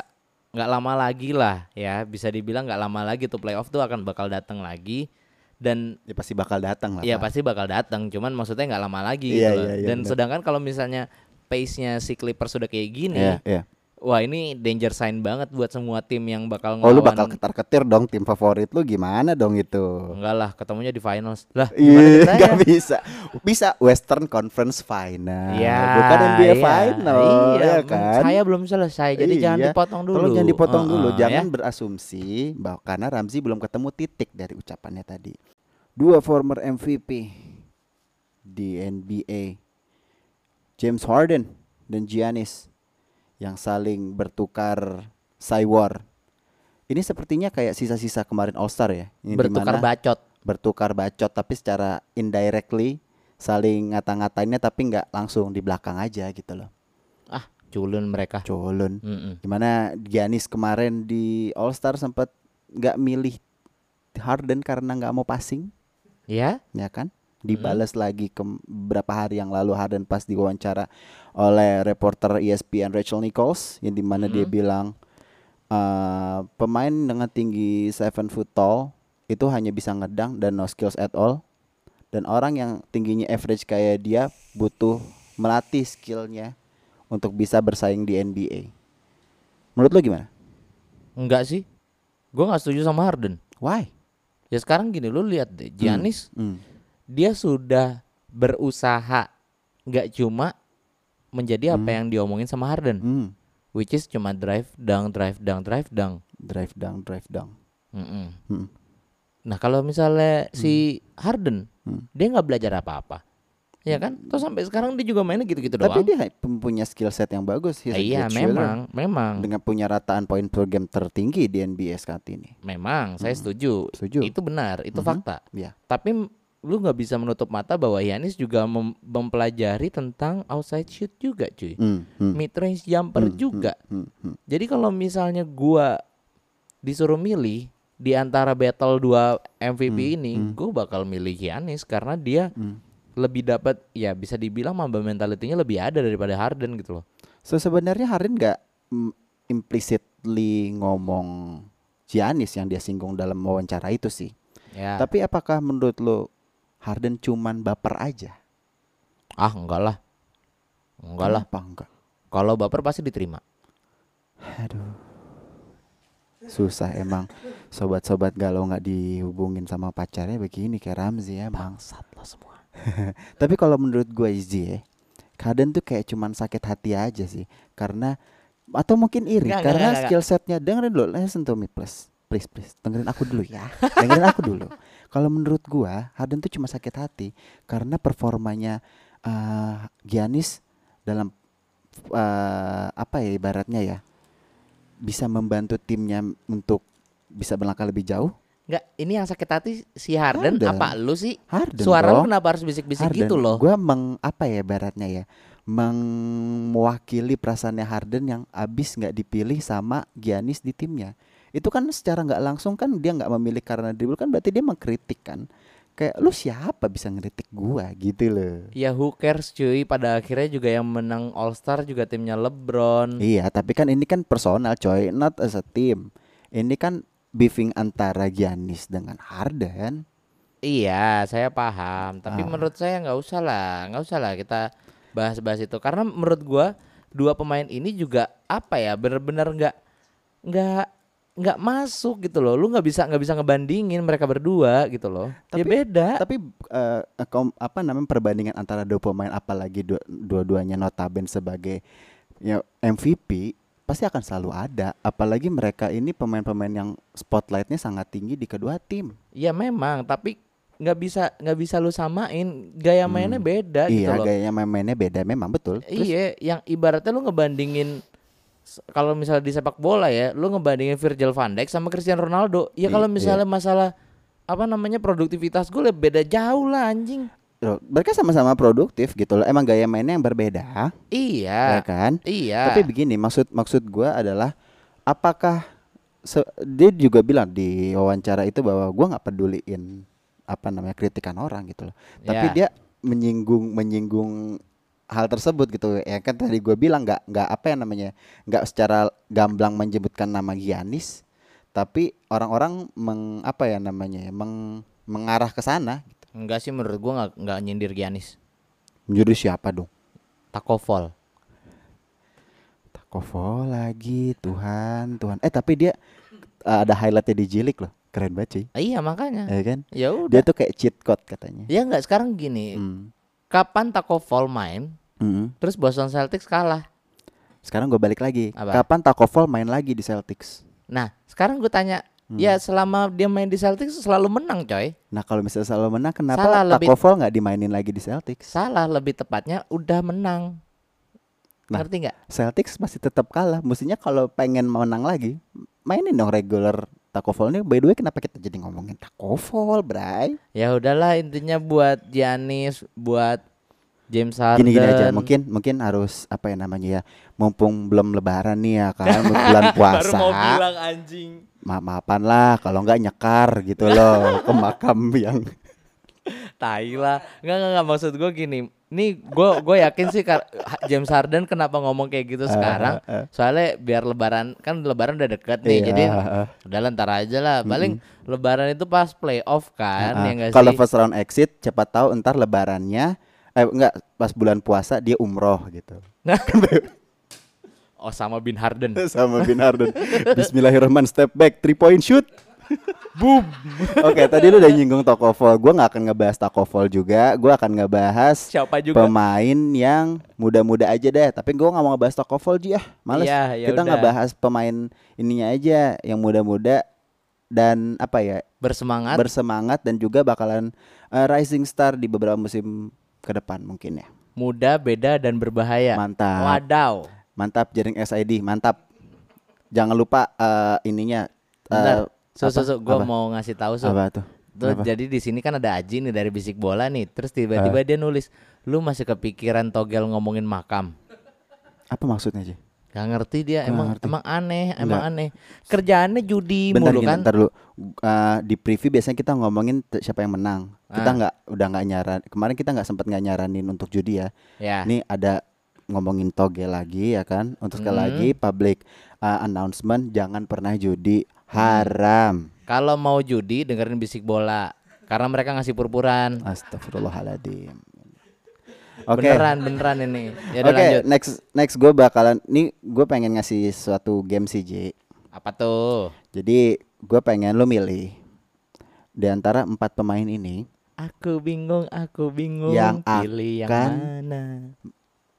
Speaker 1: nggak lama lagi lah ya, bisa dibilang nggak lama lagi tuh playoff tuh akan bakal datang lagi dan
Speaker 2: ya pasti bakal datang lah
Speaker 1: ya
Speaker 2: Pak.
Speaker 1: pasti bakal datang, cuman maksudnya nggak lama lagi
Speaker 2: Iya,
Speaker 1: gitu loh.
Speaker 2: iya, iya,
Speaker 1: dan
Speaker 2: benar.
Speaker 1: sedangkan kalau misalnya pace-nya si Clippers sudah kayak gini,
Speaker 2: Iya, iya.
Speaker 1: wah ini danger sign banget buat semua tim yang bakal
Speaker 2: oh
Speaker 1: ngelawan.
Speaker 2: lu bakal ketar ketir dong tim favorit lu gimana dong itu
Speaker 1: Enggak lah, ketemunya di finals. Lah,
Speaker 2: Iya,
Speaker 1: gimana
Speaker 2: nggak
Speaker 1: ceritanya?
Speaker 2: bisa. Bisa Western Conference Final.
Speaker 1: Iya,
Speaker 2: bukan NBA
Speaker 1: iya,
Speaker 2: Final,
Speaker 1: iya,
Speaker 2: ya
Speaker 1: men,
Speaker 2: kan?
Speaker 1: Saya belum selesai, jadi jangan
Speaker 2: Iya.
Speaker 1: dipotong dulu.
Speaker 2: Tolong jangan dipotong dulu,
Speaker 1: Heeh,
Speaker 2: jangan
Speaker 1: ya.
Speaker 2: berasumsi bahwa karena Ramzi belum ketemu titik dari ucapannya tadi. Dua former MVP di NBA, James Harden dan Giannis yang saling bertukar cywar. Ini sepertinya kayak sisa-sisa kemarin All Star ya, yang
Speaker 1: bertukar
Speaker 2: dimana-
Speaker 1: bacot.
Speaker 2: bertukar bacot tapi secara indirectly saling ngata-ngatainnya tapi nggak langsung di belakang aja gitu loh.
Speaker 1: Ah, culun mereka.
Speaker 2: Colon.
Speaker 1: Mm-mm.
Speaker 2: Gimana Giannis kemarin di All Star sempat nggak milih Harden karena nggak mau passing,
Speaker 1: Ya,
Speaker 2: ya kan? Dibales lagi ke beberapa hari yang lalu Harden pas diwawancara oleh reporter E ESPN Rachel Nichols yang dimana dia bilang eh, pemain dengan tinggi 7 foot tall itu hanya bisa ngedang dan no skills at all dan orang yang tingginya average kayak dia butuh melatih skillnya untuk bisa bersaing di NBA. Menurut lo gimana?
Speaker 1: enggak sih. Gue nggak setuju sama Harden.
Speaker 2: Why?
Speaker 1: Ya sekarang gini, lu lihat deh, Giannis,
Speaker 2: Hmm.
Speaker 1: dia sudah berusaha nggak cuma menjadi apa yang diomongin sama Harden,
Speaker 2: Hmm.
Speaker 1: which is cuma drive down, drive down, drive down.
Speaker 2: Drive down, drive down.
Speaker 1: Mm-mm.
Speaker 2: Hmm.
Speaker 1: Nah kalau misalnya
Speaker 2: Mm.
Speaker 1: si Harden, dia nggak belajar apa-apa, ya kan? Terus sampai sekarang dia juga mainnya gitu-gitu
Speaker 2: Tapi
Speaker 1: doang.
Speaker 2: dia ha- punya skill set yang bagus. He's a
Speaker 1: Eh, iya
Speaker 2: great shooter.
Speaker 1: memang, memang,
Speaker 2: Dengan punya rataan poin per game tertinggi di NBA saat ini.
Speaker 1: memang. Saya setuju.
Speaker 2: Mm. Setuju.
Speaker 1: Itu benar, itu fakta.
Speaker 2: Ya.
Speaker 1: Tapi m- lu nggak bisa menutup mata bahwa Yanis juga mem- mempelajari tentang outside shoot juga, cuy.
Speaker 2: Hmm, hmm,
Speaker 1: Mid range jumper juga.
Speaker 2: hmm, hmm.
Speaker 1: Jadi kalau misalnya gua disuruh milih di antara battle dua MVP ini, gua bakal milih Giannis karena dia lebih dapat ya bisa dibilang mamba mentalitinya lebih ada daripada Harden gitu loh.
Speaker 2: So sebenarnya Harden nggak mm, implicitly ngomong Giannis yang dia singgung dalam wawancara itu sih.
Speaker 1: Ya.
Speaker 2: Tapi apakah menurut lo Harden cuman baper aja?
Speaker 1: ah, enggak lah. Enggak lah.
Speaker 2: Kenapa enggak?
Speaker 1: Kalau baper pasti diterima.
Speaker 2: Aduh. Susah emang sobat-sobat galau nggak dihubungin sama pacarnya begini kayak Ramzi ya bangsat lo semua. [LAUGHS] Tapi kalau menurut gue Izzy ya, Harden tuh kayak cuman sakit hati aja sih karena atau mungkin
Speaker 1: Nggak,
Speaker 2: iri
Speaker 1: nggak,
Speaker 2: karena
Speaker 1: nggak, nggak.
Speaker 2: skill setnya dengerin dulu listen to me please please please dengerin aku dulu
Speaker 1: [LAUGHS]
Speaker 2: ya dengerin aku dulu kalau menurut gua Harden tuh cuma sakit hati karena performanya eh, Giannis dalam eh, apa ya ibaratnya ya bisa membantu timnya untuk bisa melangkah lebih jauh
Speaker 1: Enggak, ini yang sakit hati si Harden,
Speaker 2: Harden.
Speaker 1: apa lu sih?
Speaker 2: Harden
Speaker 1: Suara lu
Speaker 2: dong.
Speaker 1: kenapa harus bisik-bisik gitu loh?
Speaker 2: Gue meng apa ya baratnya ya, meng- mewakili perasaannya Harden yang abis nggak dipilih sama Giannis di timnya. Itu kan secara nggak langsung kan dia nggak memilih karena dribble kan berarti dia mengkritik kan. Kayak lu siapa bisa ngeritik gua gitu loh.
Speaker 1: Ya who cares cuy, pada akhirnya juga yang menang All Star juga timnya LeBron.
Speaker 2: Iya, tapi kan ini kan personal coy, not as a team. Ini kan beefing antara Giannis dengan Harden.
Speaker 1: Iya, saya paham, tapi
Speaker 2: Ah.
Speaker 1: menurut saya nggak usah lah, nggak usah lah kita bahas-bahas itu karena menurut gua dua pemain ini juga apa ya bener-bener nggak nggak nggak masuk gitu loh. Lu nggak bisa nggak bisa ngebandingin mereka berdua gitu loh. ya
Speaker 2: Tapi-
Speaker 1: beda.
Speaker 2: Tapi eh, kom- apa namanya perbandingan antara dua pemain apalagi dua- dua-duanya notaben sebagai ya MVP pasti akan selalu ada. Apalagi mereka ini pemain-pemain yang spotlightnya sangat tinggi di kedua tim.
Speaker 1: ya memang, tapi nggak bisa nggak bisa lu samain gaya mainnya beda gitu
Speaker 2: iya,
Speaker 1: loh.
Speaker 2: gayanya main-mainnya beda memang betul. Terus
Speaker 1: Iya, yang ibaratnya lu ngebandingin s- kalau misalnya di sepak bola ya, lu ngebandingin Virgil van Dijk sama Cristiano Ronaldo. Ya
Speaker 2: I-
Speaker 1: kalau
Speaker 2: iya.
Speaker 1: misalnya masalah apa namanya produktivitas gue liat beda jauh lah anjing.
Speaker 2: loh, mereka sama-sama produktif gitu loh. Emang gaya mainnya yang
Speaker 1: Ah.
Speaker 2: berbeda, ya
Speaker 1: Iya.
Speaker 2: kan?
Speaker 1: Iya.
Speaker 2: Tapi begini, maksud maksud gua adalah apakah se- dia juga bilang di wawancara itu bahwa gua nggak peduliin apa namanya kritikan orang gitu loh. Tapi
Speaker 1: Ya.
Speaker 2: dia menyinggung menyinggung hal tersebut gitu ya kan tadi gua bilang nggak nggak apa ya namanya nggak secara gamblang menyebutkan nama Giannis tapi orang-orang meng apa ya namanya ya, meng, mengarah ke sana
Speaker 1: Enggak sih menurut gua nggak nggak nyindir Giannis.
Speaker 2: menjadi siapa dong
Speaker 1: Takovol.
Speaker 2: Takovo lagi Tuhan Tuhan eh tapi dia eh, ada highlightnya di jilik loh keren banget cuy
Speaker 1: Ah, Iya makanya.
Speaker 2: ya kan
Speaker 1: Ya udah.
Speaker 2: dia tuh kayak cheat code katanya
Speaker 1: Ya nggak sekarang gini.
Speaker 2: Hmm.
Speaker 1: Kapan Takovol main?
Speaker 2: Mm-mm.
Speaker 1: Terus Boston Celtics kalah.
Speaker 2: sekarang gue balik lagi
Speaker 1: Apa?
Speaker 2: kapan Takovol main lagi di Celtics
Speaker 1: Nah, sekarang gue tanya,
Speaker 2: Hmm.
Speaker 1: ya selama dia main di Celtics selalu menang, coy.
Speaker 2: nah kalau misalnya selalu menang kenapa
Speaker 1: Salah, lebih-
Speaker 2: Takovol nggak dimainin lagi di Celtics
Speaker 1: Salah, lebih tepatnya udah menang.
Speaker 2: Nah.
Speaker 1: Ngerti nggak?
Speaker 2: Celtics masih tetap kalah mestinya kalau pengen menang lagi mainin dong regular Takovol ini by the way kenapa kita jadi ngomongin Takovol bray
Speaker 1: Ya udahlah intinya buat Giannis, buat James Harden.
Speaker 2: gini gini aja mungkin mungkin harus apa ya namanya ya mumpung belum lebaran nih ya
Speaker 1: [LAUGHS]
Speaker 2: kan bulan puasa
Speaker 1: Baru mau bilang anjing.
Speaker 2: maaf maafan lah kalau nggak nyekar gitu loh ke makam yang
Speaker 1: Tai lah. Enggak enggak enggak maksud gue gini. Nih gue gue yakin sih kar- Ha- James Harden kenapa ngomong kayak gitu
Speaker 2: Eh,
Speaker 1: sekarang? Soalnya biar lebaran kan lebaran udah deket nih.
Speaker 2: Iya,
Speaker 1: Jadi
Speaker 2: heeh.
Speaker 1: udah lah, ntar aja lah. Paling lebaran itu pas playoff kan ya
Speaker 2: Ah,
Speaker 1: enggak
Speaker 2: kalau
Speaker 1: sih?
Speaker 2: first round exit cepat tahu entar lebarannya eh enggak pas bulan puasa dia umroh gitu
Speaker 1: [LAUGHS] Oh sama bin Harden.
Speaker 2: [LAUGHS] sama bin
Speaker 1: [LAUGHS]
Speaker 2: Harden Bismillahirrahmanirrahim step back three point shoot
Speaker 1: Boom.
Speaker 2: Oke, tadi lu udah nyinggung Takovol. Gua nggak akan ngebahas Takovol juga. Gua akan ngebahas
Speaker 1: Siapa juga?
Speaker 2: pemain yang muda-muda aja deh. Tapi gua nggak mau ngebahas Takovol Ji ah. Males.
Speaker 1: Iya, ya
Speaker 2: Kita
Speaker 1: udah.
Speaker 2: ngebahas pemain ininya aja yang muda-muda dan apa ya?
Speaker 1: Bersemangat.
Speaker 2: bersemangat dan juga bakalan eh, rising star di beberapa musim ke depan mungkin ya.
Speaker 1: muda, beda dan berbahaya.
Speaker 2: Mantap.
Speaker 1: Wadaw.
Speaker 2: Mantap jaring SID, mantap. Jangan lupa eh, ininya eh,
Speaker 1: Bentar. So, so,
Speaker 2: apa?
Speaker 1: so, gue
Speaker 2: Apa?
Speaker 1: mau ngasih tahu so.
Speaker 2: apa tuh?
Speaker 1: Terus
Speaker 2: Apa? Eh.
Speaker 1: jadi di sini kan ada Aji nih dari bisik bola nih. Terus tiba-tiba dia nulis, "Lu masih kepikiran togel ngomongin makam?"
Speaker 2: Apa maksudnya, Ji?
Speaker 1: Gak ngerti dia
Speaker 2: Gua nggak
Speaker 1: emang
Speaker 2: ngerti.
Speaker 1: emang aneh, emang aneh. Kerjaannya judi
Speaker 2: Bentar,
Speaker 1: mulu
Speaker 2: gini,
Speaker 1: kan.
Speaker 2: bentar dulu. Eh, di preview biasanya kita ngomongin t- siapa yang menang. Kita
Speaker 1: Ah.
Speaker 2: nggak udah nggak nyaran. Kemarin kita nggak sempat nggak nyaranin untuk judi ya.
Speaker 1: Ya.
Speaker 2: Ini ada ngomongin toge lagi ya kan. Untuk sekali
Speaker 1: Hmm.
Speaker 2: lagi public eh, announcement jangan pernah judi
Speaker 1: Hmm.
Speaker 2: haram.
Speaker 1: Kalau mau judi dengerin bisik bola karena mereka ngasih purpuran.
Speaker 2: Astagfirullahaladzim. Oke.
Speaker 1: Beneran beneran ini. Ya
Speaker 2: Oke,
Speaker 1: udah lanjut.
Speaker 2: next next gue bakalan nih gue pengen ngasih suatu game sih Ji.
Speaker 1: Apa tuh?
Speaker 2: Jadi gue pengen lo milih di antara empat pemain ini
Speaker 1: Aku bingung, aku bingung.
Speaker 2: Yang
Speaker 1: pilih yang
Speaker 2: akan-
Speaker 1: mana?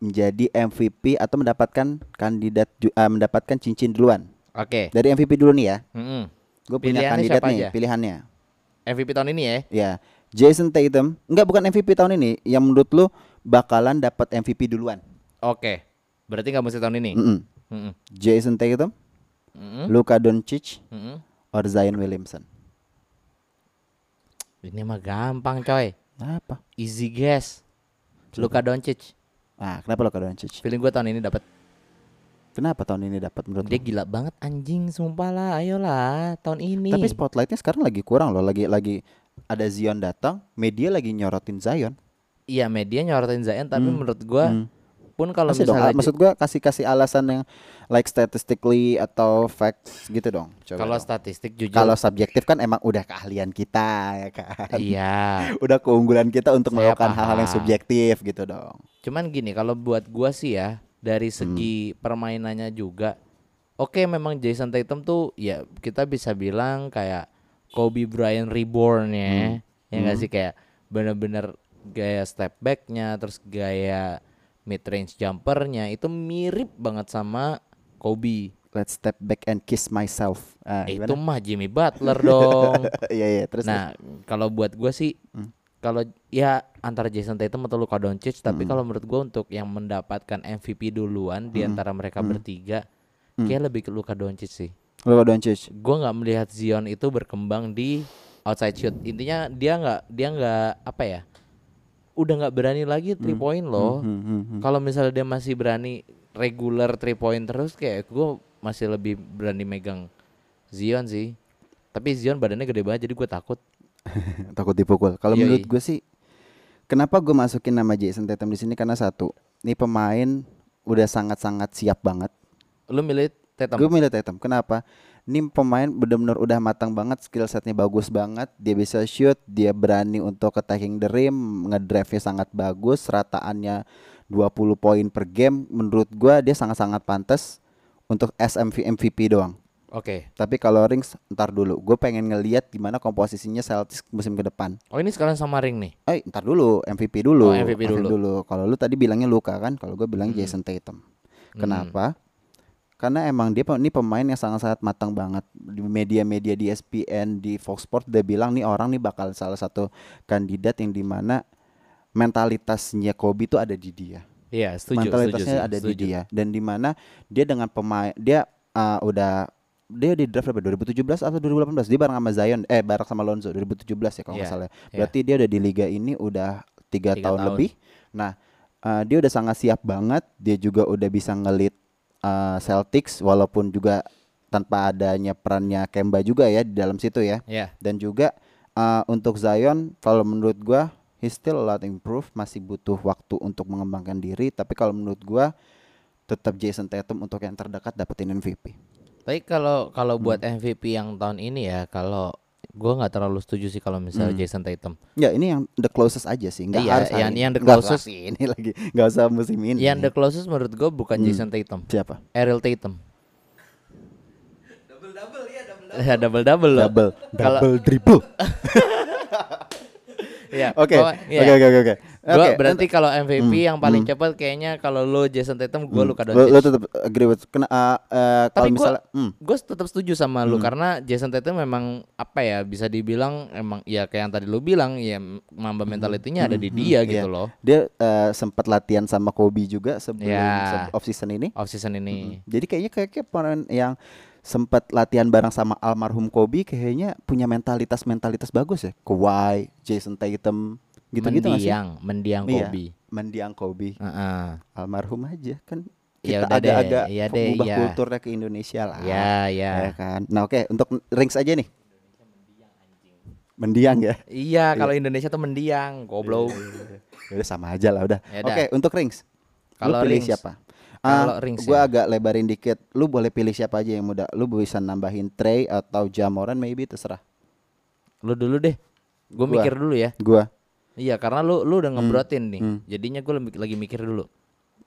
Speaker 2: menjadi MVP atau mendapatkan kandidat ju- eh, mendapatkan cincin duluan.
Speaker 1: Oke.
Speaker 2: Dari MVP dulu nih ya.
Speaker 1: Mm-mm.
Speaker 2: Gue punya
Speaker 1: Pilihannya
Speaker 2: kandidat
Speaker 1: siapa
Speaker 2: nih
Speaker 1: aja?
Speaker 2: pilihannya.
Speaker 1: MVP tahun ini ya.
Speaker 2: Ya, Jason Tatum. Enggak bukan MVP tahun ini. Yang menurut lo bakalan dapat MVP duluan.
Speaker 1: Oke. Berarti nggak mesti tahun ini.
Speaker 2: Mm-mm.
Speaker 1: Mm-mm.
Speaker 2: Jason Tatum,
Speaker 1: Mm-mm.
Speaker 2: Luka Doncic,
Speaker 1: Mm-mm.
Speaker 2: or Zion Williamson.
Speaker 1: Ini mah gampang coy.
Speaker 2: Apa?
Speaker 1: Easy guess. Luka Doncic.
Speaker 2: Ah, kenapa Luka Doncic?
Speaker 1: Feeling gue tahun ini dapat.
Speaker 2: Kenapa tahun ini dapat menurut
Speaker 1: Dia
Speaker 2: lu?
Speaker 1: gila banget anjing sumpah lah. Ayolah tahun ini.
Speaker 2: Tapi spotlightnya sekarang lagi kurang loh, lagi lagi ada Zion datang, media lagi nyorotin Zion.
Speaker 1: iya media nyorotin Zion tapi menurut gua
Speaker 2: Hmm.
Speaker 1: pun kalau
Speaker 2: Kasih dong, ah,
Speaker 1: misalnya
Speaker 2: maksud gua kasih kasih alasan yang like statistically atau facts gitu dong. Coba
Speaker 1: kalau
Speaker 2: dong.
Speaker 1: statistik jujur
Speaker 2: kalau subjektif kan emang udah keahlian kita ya kan. [LAUGHS]
Speaker 1: iya.
Speaker 2: Udah keunggulan kita untuk
Speaker 1: Saya
Speaker 2: melakukan hal-hal yang
Speaker 1: paham.
Speaker 2: subjektif gitu dong.
Speaker 1: Cuman gini kalau buat gua sih ya dari segi permainannya juga oke memang Jason Tatum tuh ya kita bisa bilang kayak Kobe Bryant reborn ya. Ya nggak sih kayak bener-bener gaya step backnya terus gaya mid range jumpernya itu mirip banget sama Kobe.
Speaker 2: Let's step back and kiss myself. Ah,
Speaker 1: Eh, itu
Speaker 2: gimana?
Speaker 1: mah Jimmy Butler dong.
Speaker 2: [LAUGHS] Iya iya terus. Hmm.
Speaker 1: nah, kalau buat gua sih kalau ya antara Jason Tatum atau Luka Doncic,
Speaker 2: Hmm.
Speaker 1: tapi kalau menurut gua untuk yang mendapatkan MVP duluan di
Speaker 2: Hmm.
Speaker 1: antara mereka bertiga, kayak lebih ke Luka Doncic sih.
Speaker 2: Luka Doncic.
Speaker 1: Gua nggak melihat Zion itu berkembang di outside shoot. Intinya dia nggak dia nggak apa ya? Udah nggak berani lagi three point loh.
Speaker 2: Hmm, hmm, hmm.
Speaker 1: Kalau misalnya dia masih berani regular three point terus kayak gue masih lebih berani megang Zion sih. Tapi Zion badannya gede banget jadi gue takut.
Speaker 2: Takut dipukul. Kalau
Speaker 1: Yoi.
Speaker 2: menurut gue sih, kenapa gue masukin nama Jason Tatum di sini karena satu, ini pemain udah sangat-sangat siap banget.
Speaker 1: Lu milih Tatum.
Speaker 2: Gue milih Tatum. Kenapa? Ini pemain benar-benar udah matang banget, skill setnya bagus banget. Dia bisa shoot, dia berani untuk attacking the rim, ngedrive-nya sangat bagus, rataannya 20 poin per game. Menurut gua dia sangat-sangat pantas untuk SMV MVP doang.
Speaker 1: Oke.
Speaker 2: Tapi kalau rings ntar dulu. Gue pengen ngeliat gimana komposisinya Celtics musim ke depan.
Speaker 1: Oh ini sekarang sama ring nih.
Speaker 2: Eh, ntar dulu MVP
Speaker 1: Oh,
Speaker 2: dulu.
Speaker 1: MVP dulu. Hmm.
Speaker 2: Kalau lu tadi bilangnya Luka kan, kalau gue bilang Jason Tatum. Kenapa? Karena emang dia pe- ini pemain yang sangat-sangat matang banget di media-media di ESPN, di Fox Sports dia bilang nih orang nih bakal salah satu kandidat yang dimana mentalitasnya Kobe itu ada di dia
Speaker 1: Iya setuju.
Speaker 2: mentalitasnya
Speaker 1: setuju sih,
Speaker 2: ada
Speaker 1: setuju.
Speaker 2: di dia dan di mana dia dengan pemain dia uh, udah dia di draft berapa 2017 atau 2018 dia bareng sama Zion eh bareng sama Lonzo 2017 ya kalau nggak
Speaker 1: Iya,
Speaker 2: salah
Speaker 1: iya.
Speaker 2: berarti dia udah di liga ini udah tiga
Speaker 1: Tiga
Speaker 2: tahun,
Speaker 1: tahun.
Speaker 2: lebih nah uh, dia udah sangat siap banget dia juga udah bisa ngelit uh, Celtics walaupun juga tanpa adanya perannya Kemba juga ya di dalam situ ya
Speaker 1: Iya.
Speaker 2: dan juga uh, untuk Zion kalau menurut gua he's still a lot improve masih butuh waktu untuk mengembangkan diri tapi kalau menurut gua tetap Jason Tatum untuk yang terdekat dapetin MVP
Speaker 1: Tapi kalau kalau buat MVP yang tahun ini ya kalau gue nggak terlalu setuju sih kalau misalnya Jason Tatum.
Speaker 2: ya ini yang the closest aja sih nggak
Speaker 1: Iya,
Speaker 2: harus hari
Speaker 1: yang-
Speaker 2: ini.
Speaker 1: yang the
Speaker 2: Nggak
Speaker 1: closest.
Speaker 2: usah ini lagi nggak usah musim ini Hmm.
Speaker 1: Yang the closest menurut gue bukan Jason Tatum.
Speaker 2: siapa
Speaker 1: Ariel Tatum. Double double ya, double double.
Speaker 2: double
Speaker 1: Kalau-
Speaker 2: double dribble
Speaker 1: Iya.
Speaker 2: [LAUGHS] oke
Speaker 1: pokoknya- iya.
Speaker 2: oke oke oke oke
Speaker 1: Gua
Speaker 2: Oke, Hmm.
Speaker 1: berarti kalau MVP yang paling cepat kayaknya kalau lo Jason Tatum, gue Luka
Speaker 2: lu, lu
Speaker 1: Doncic.
Speaker 2: tetap agree with kena uh, uh, kalau
Speaker 1: Tapi
Speaker 2: misalnya
Speaker 1: gue
Speaker 2: hmm,
Speaker 1: gue tetap setuju sama lu karena Jason Tatum memang apa ya bisa dibilang emang ya kayak yang tadi lu bilang ya mamba mentalitinya ada di dia gitu
Speaker 2: Hmm. iya.
Speaker 1: loh
Speaker 2: dia uh, sempat latihan sama Kobe juga sebelum
Speaker 1: Ya.
Speaker 2: off season ini
Speaker 1: off season ini.
Speaker 2: Iya. Jadi kayaknya kayak kayak pemain yang sempat latihan bareng sama almarhum Kobe kayaknya punya mentalitas mentalitas bagus ya. Kawhi, Jason Tatum, gitu-gitu nggak sih?
Speaker 1: mendiang, mendiang
Speaker 2: Iya,
Speaker 1: Kobe.
Speaker 2: mendiang Kobe.
Speaker 1: Heeh.
Speaker 2: Almarhum aja kan
Speaker 1: Ya
Speaker 2: kita
Speaker 1: udah deh,
Speaker 2: agak-agak
Speaker 1: ya deh,
Speaker 2: mengubah
Speaker 1: ya.
Speaker 2: kulturnya ke Indonesia lah.
Speaker 1: Ya, ya.
Speaker 2: Ya kan. Nah, oke, untuk rings aja nih. Mendiang ya.
Speaker 1: Iya, kalau Indonesia tuh mendiang, goblok.
Speaker 2: Ya udah sama aja lah udah.
Speaker 1: Ya
Speaker 2: Oke,
Speaker 1: udah.
Speaker 2: untuk rings.
Speaker 1: Kalau
Speaker 2: lu pilih
Speaker 1: rings.
Speaker 2: siapa?
Speaker 1: Kalau
Speaker 2: Ah,
Speaker 1: rings ya.
Speaker 2: gua agak lebarin dikit. Lu boleh pilih siapa aja yang muda. Lu bisa nambahin Trey atau Jamoran maybe terserah.
Speaker 1: Lu dulu deh. Gue
Speaker 2: Gua. Hmm.
Speaker 1: mikir dulu ya.
Speaker 2: Gua
Speaker 1: Iya, karena lu lu udah ngebrotin nih. Jadinya gue lagi mikir dulu.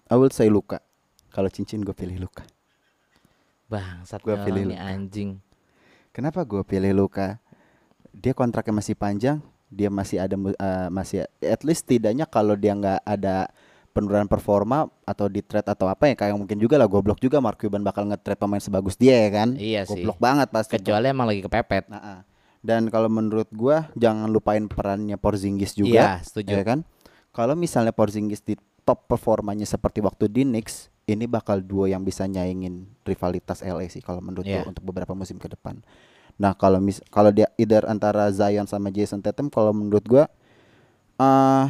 Speaker 2: I will say Luka. Kalau cincin gue pilih Luka.
Speaker 1: Bangsat
Speaker 2: Gua
Speaker 1: nih
Speaker 2: pilih
Speaker 1: orang nih anjing.
Speaker 2: Kenapa gue pilih Luka? Dia kontraknya masih panjang, dia masih ada mu- eh, masih at least tidaknya kalau dia nggak ada penurunan performa atau di trade atau apa ya kayak mungkin juga lah goblok juga Mark Cuban bakal nge-trade pemain sebagus dia ya kan.
Speaker 1: Iya sih.
Speaker 2: goblok banget pasti.
Speaker 1: Kecuali emang lagi kepepet.
Speaker 2: Nah, ah. dan kalau menurut gua jangan lupain perannya Porzingis juga.
Speaker 1: Iya, setuju.
Speaker 2: ya kan? Kalau misalnya Porzingis di top performanya seperti waktu di Knicks, ini bakal duo yang bisa nyaingin rivalitas LA sih kalau menurut
Speaker 1: Iya.
Speaker 2: gua untuk beberapa musim ke depan. Nah, kalau mis kalau dia either antara Zion sama Jason Tatum kalau menurut gua eh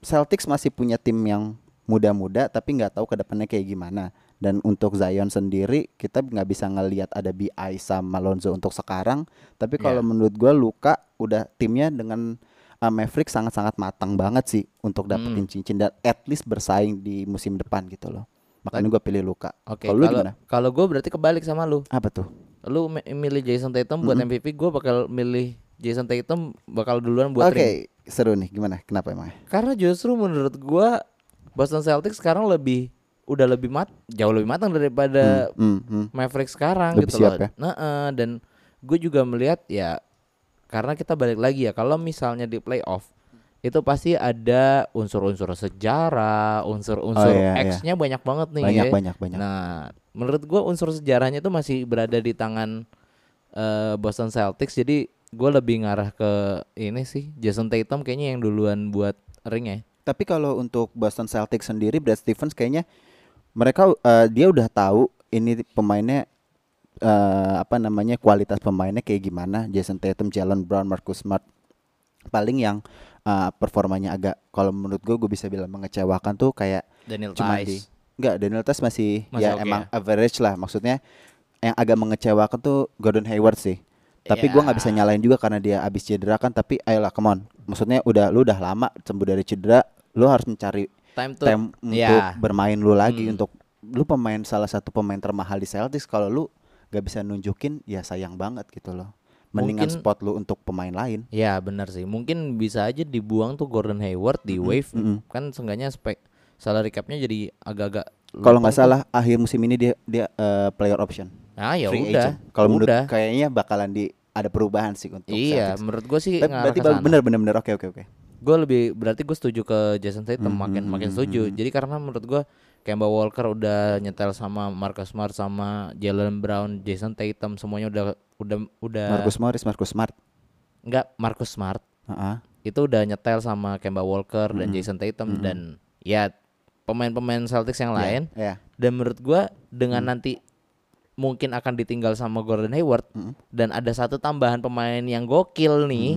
Speaker 2: Celtics masih punya tim yang muda-muda tapi nggak tahu ke depannya kayak gimana. Dan untuk Zion sendiri kita nggak bisa ngelihat ada BI sama Lonzo untuk sekarang. Tapi kalau
Speaker 1: Ya.
Speaker 2: menurut gua Luka udah timnya dengan uh, Mavericks sangat-sangat matang banget sih untuk dapetin
Speaker 1: Hmm.
Speaker 2: cincin dan at least bersaing di musim depan gitu loh. Makanya gua pilih Luka.
Speaker 1: Oke,
Speaker 2: kalau lu
Speaker 1: kalau
Speaker 2: gimana?
Speaker 1: kalau gue berarti kebalik sama lu.
Speaker 2: Apa tuh?
Speaker 1: Lu mi- milih Jason Tatum buat MVP, gue bakal milih Jason Tatum bakal duluan buat
Speaker 2: Oke,
Speaker 1: ring.
Speaker 2: seru nih. Gimana? Kenapa emang? ya?
Speaker 1: Karena justru menurut gua Boston Celtics sekarang lebih udah lebih mat jauh lebih matang daripada
Speaker 2: Hmm, hmm.
Speaker 1: Maverick sekarang
Speaker 2: Lebih
Speaker 1: gitu
Speaker 2: siap
Speaker 1: loh.
Speaker 2: ya?
Speaker 1: Nah, dan gue juga melihat ya karena kita balik lagi ya kalau misalnya di playoff itu pasti ada unsur-unsur sejarah, unsur-unsur
Speaker 2: Oh, iya, iya.
Speaker 1: X-nya banyak banget nih.
Speaker 2: Banyak,
Speaker 1: ya.
Speaker 2: banyak, banyak.
Speaker 1: Nah, menurut gue unsur sejarahnya itu masih berada di tangan eh, Boston Celtics. Jadi gue lebih ngarah ke ini sih Jason Tatum kayaknya yang duluan buat ring ya.
Speaker 2: Tapi kalau untuk Boston Celtics sendiri, Brad Stevens kayaknya mereka eh, dia udah tahu ini pemainnya eh, apa namanya kualitas pemainnya kayak gimana. Jason Tatum, Jalen Brown, Marcus Smart paling yang eh, performanya agak kalau menurut gue gue bisa bilang mengecewakan tuh kayak
Speaker 1: Daniel
Speaker 2: cuma
Speaker 1: Tice.
Speaker 2: di enggak Daniel Tice masih,
Speaker 1: Masih
Speaker 2: ya
Speaker 1: oke
Speaker 2: emang
Speaker 1: ya?
Speaker 2: average lah maksudnya yang agak mengecewakan tuh Gordon Hayward sih tapi gua nggak bisa
Speaker 1: Ya.
Speaker 2: nyalain juga karena dia abis cedera kan tapi ayolah come on maksudnya udah lu udah lama sembuh dari cedera lu harus mencari
Speaker 1: Time to
Speaker 2: time untuk
Speaker 1: ya.
Speaker 2: bermain lu lagi
Speaker 1: Hmm.
Speaker 2: untuk lu pemain salah satu pemain termahal di Celtics kalau lu gak bisa nunjukin ya sayang banget gitu loh mendingan
Speaker 1: Mungkin-
Speaker 2: spot lu untuk pemain lain
Speaker 1: Ya benar sih. Mungkin bisa aja dibuang tuh Gordon Hayward di wave. Kan seenggaknya spek salary cap-nya jadi agak-agak
Speaker 2: kalau
Speaker 1: lempeng
Speaker 2: nggak
Speaker 1: tuh.
Speaker 2: salah akhir musim ini dia dia eh, player option
Speaker 1: Nah, ya
Speaker 2: free
Speaker 1: udah.
Speaker 2: agent. Kalau menurut
Speaker 1: Udah.
Speaker 2: kayaknya bakalan di ada perubahan sih untuk
Speaker 1: Iya,
Speaker 2: Celtics.
Speaker 1: menurut gue sih
Speaker 2: Tapi
Speaker 1: ngarah
Speaker 2: berarti
Speaker 1: ke sana.
Speaker 2: bener bener bener oke oke oke.
Speaker 1: Gue lebih berarti gue setuju ke Jason
Speaker 2: Hmm,
Speaker 1: Tatum makin makin setuju. Jadi karena menurut gue Kemba Walker udah nyetel sama Marcus Smart sama Jalen Brown, Jason Tatum semuanya udah udah udah
Speaker 2: Marcus Morris, Marcus Smart.
Speaker 1: enggak Marcus Smart
Speaker 2: Heeh.
Speaker 1: itu udah nyetel sama Kemba Walker
Speaker 2: Hmm,
Speaker 1: dan Jason Tatum dan ya pemain-pemain Celtics yang lain.
Speaker 2: Iya.
Speaker 1: Dan menurut gua dengan
Speaker 2: Hmm.
Speaker 1: nanti mungkin akan ditinggal sama Gordon Hayward
Speaker 2: Hmm.
Speaker 1: dan ada satu tambahan pemain yang gokil nih,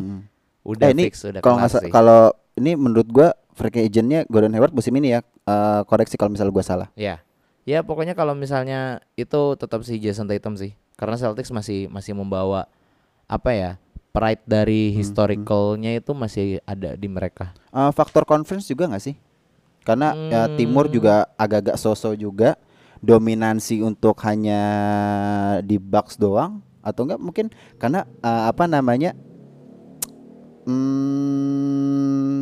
Speaker 1: udah
Speaker 2: Eh, ini
Speaker 1: fix udah kelar
Speaker 2: kalau nggak sa-
Speaker 1: sih.
Speaker 2: kalau ini menurut gua free agentnya Gordon Hayward musim ini ya. Eh, koreksi kalau misalnya gua salah.
Speaker 1: Ya, ya pokoknya kalau misalnya itu tetap si Jason Tatum sih, karena Celtics masih masih membawa apa ya pride
Speaker 2: Hmm,
Speaker 1: dari historicalnya itu masih ada di mereka.
Speaker 2: Eh, faktor conference juga nggak sih? Karena ya, Timur juga agak-agak sosok juga dominansi untuk hanya di Bucks doang atau enggak mungkin karena eh, apa namanya hmm,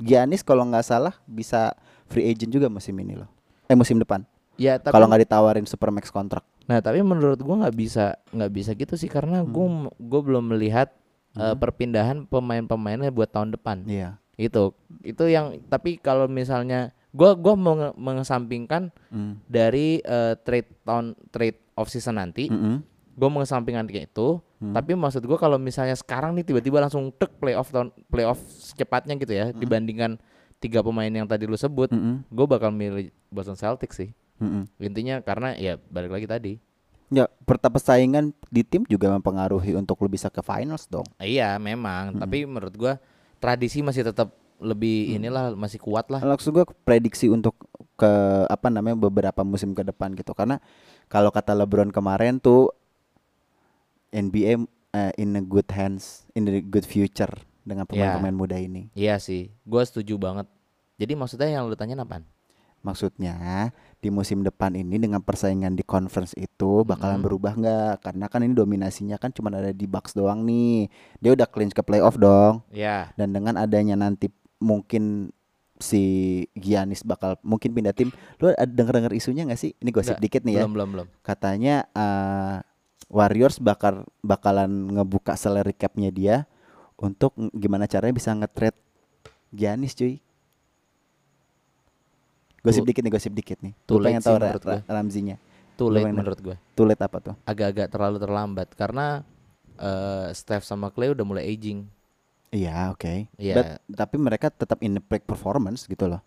Speaker 2: Giannis kalau nggak salah bisa free agent juga musim ini loh eh musim depan
Speaker 1: Ya tapi
Speaker 2: kalau nggak ditawarin supermax kontrak
Speaker 1: Nah tapi menurut gua nggak bisa nggak bisa gitu sih karena
Speaker 2: Hmm.
Speaker 1: gua gua belum melihat eh, perpindahan pemain-pemainnya buat tahun depan
Speaker 2: iya
Speaker 1: gitu. Itu yang tapi kalau misalnya gua gua menge- mengesampingkan
Speaker 2: Mm.
Speaker 1: dari eh, trade tahun trade off season nanti,
Speaker 2: Mm-mm.
Speaker 1: gua mengesampingkan kayak itu. Tapi maksud gua kalau misalnya sekarang nih tiba-tiba langsung tek playoff tahun playoff secepatnya gitu ya dibandingkan tiga pemain yang tadi lu sebut,
Speaker 2: Mm-mm.
Speaker 1: gua bakal milih Boston Celtics sih.
Speaker 2: Mm-mm.
Speaker 1: Intinya karena ya balik lagi tadi
Speaker 2: ya peta persaingan di tim juga mempengaruhi untuk lu bisa ke finals dong
Speaker 1: Iya memang, tapi menurut gua tradisi masih tetap lebih inilah masih kuat lah.
Speaker 2: Maksud gue prediksi untuk ke apa namanya beberapa musim ke depan gitu karena kalau kata LeBron kemarin tuh NBA eh, in a good hands in the good future dengan pemain-pemain muda ini
Speaker 1: Iya sih, gua setuju banget. Jadi maksudnya yang lu tanya apaan?
Speaker 2: maksudnya di musim depan ini dengan persaingan di conference itu bakalan
Speaker 1: Mhm.
Speaker 2: berubah nggak karena kan ini dominasinya kan cuma ada di Bucks doang nih dia udah clinch ke playoff dong
Speaker 1: Ya,
Speaker 2: dan dengan adanya nanti mungkin si Giannis bakal mungkin pindah tim. Lu ada denger-denger isunya nggak sih? Ini gosip
Speaker 1: Nggak,
Speaker 2: dikit nih ya.
Speaker 1: belum belum belum.
Speaker 2: Katanya eh, Warriors bakal bakalan ngebuka salary cap-nya dia untuk ng- gimana caranya bisa nge-trade Giannis, cuy. Gosip
Speaker 1: Tuh.
Speaker 2: dikit nih, gosip dikit nih.
Speaker 1: Too
Speaker 2: Lu pengen
Speaker 1: late
Speaker 2: tahu
Speaker 1: sih
Speaker 2: Ra-
Speaker 1: menurut
Speaker 2: Ra- Ramzinya.
Speaker 1: Too
Speaker 2: Lu
Speaker 1: late
Speaker 2: pengen-
Speaker 1: menurut gua.
Speaker 2: Tulet apa tuh?
Speaker 1: Agak-agak terlalu terlambat karena eh Steph sama Clay udah mulai aging.
Speaker 2: Iya, oke.
Speaker 1: Iya.
Speaker 2: But- tapi mereka tetap in the peak performance gitu loh.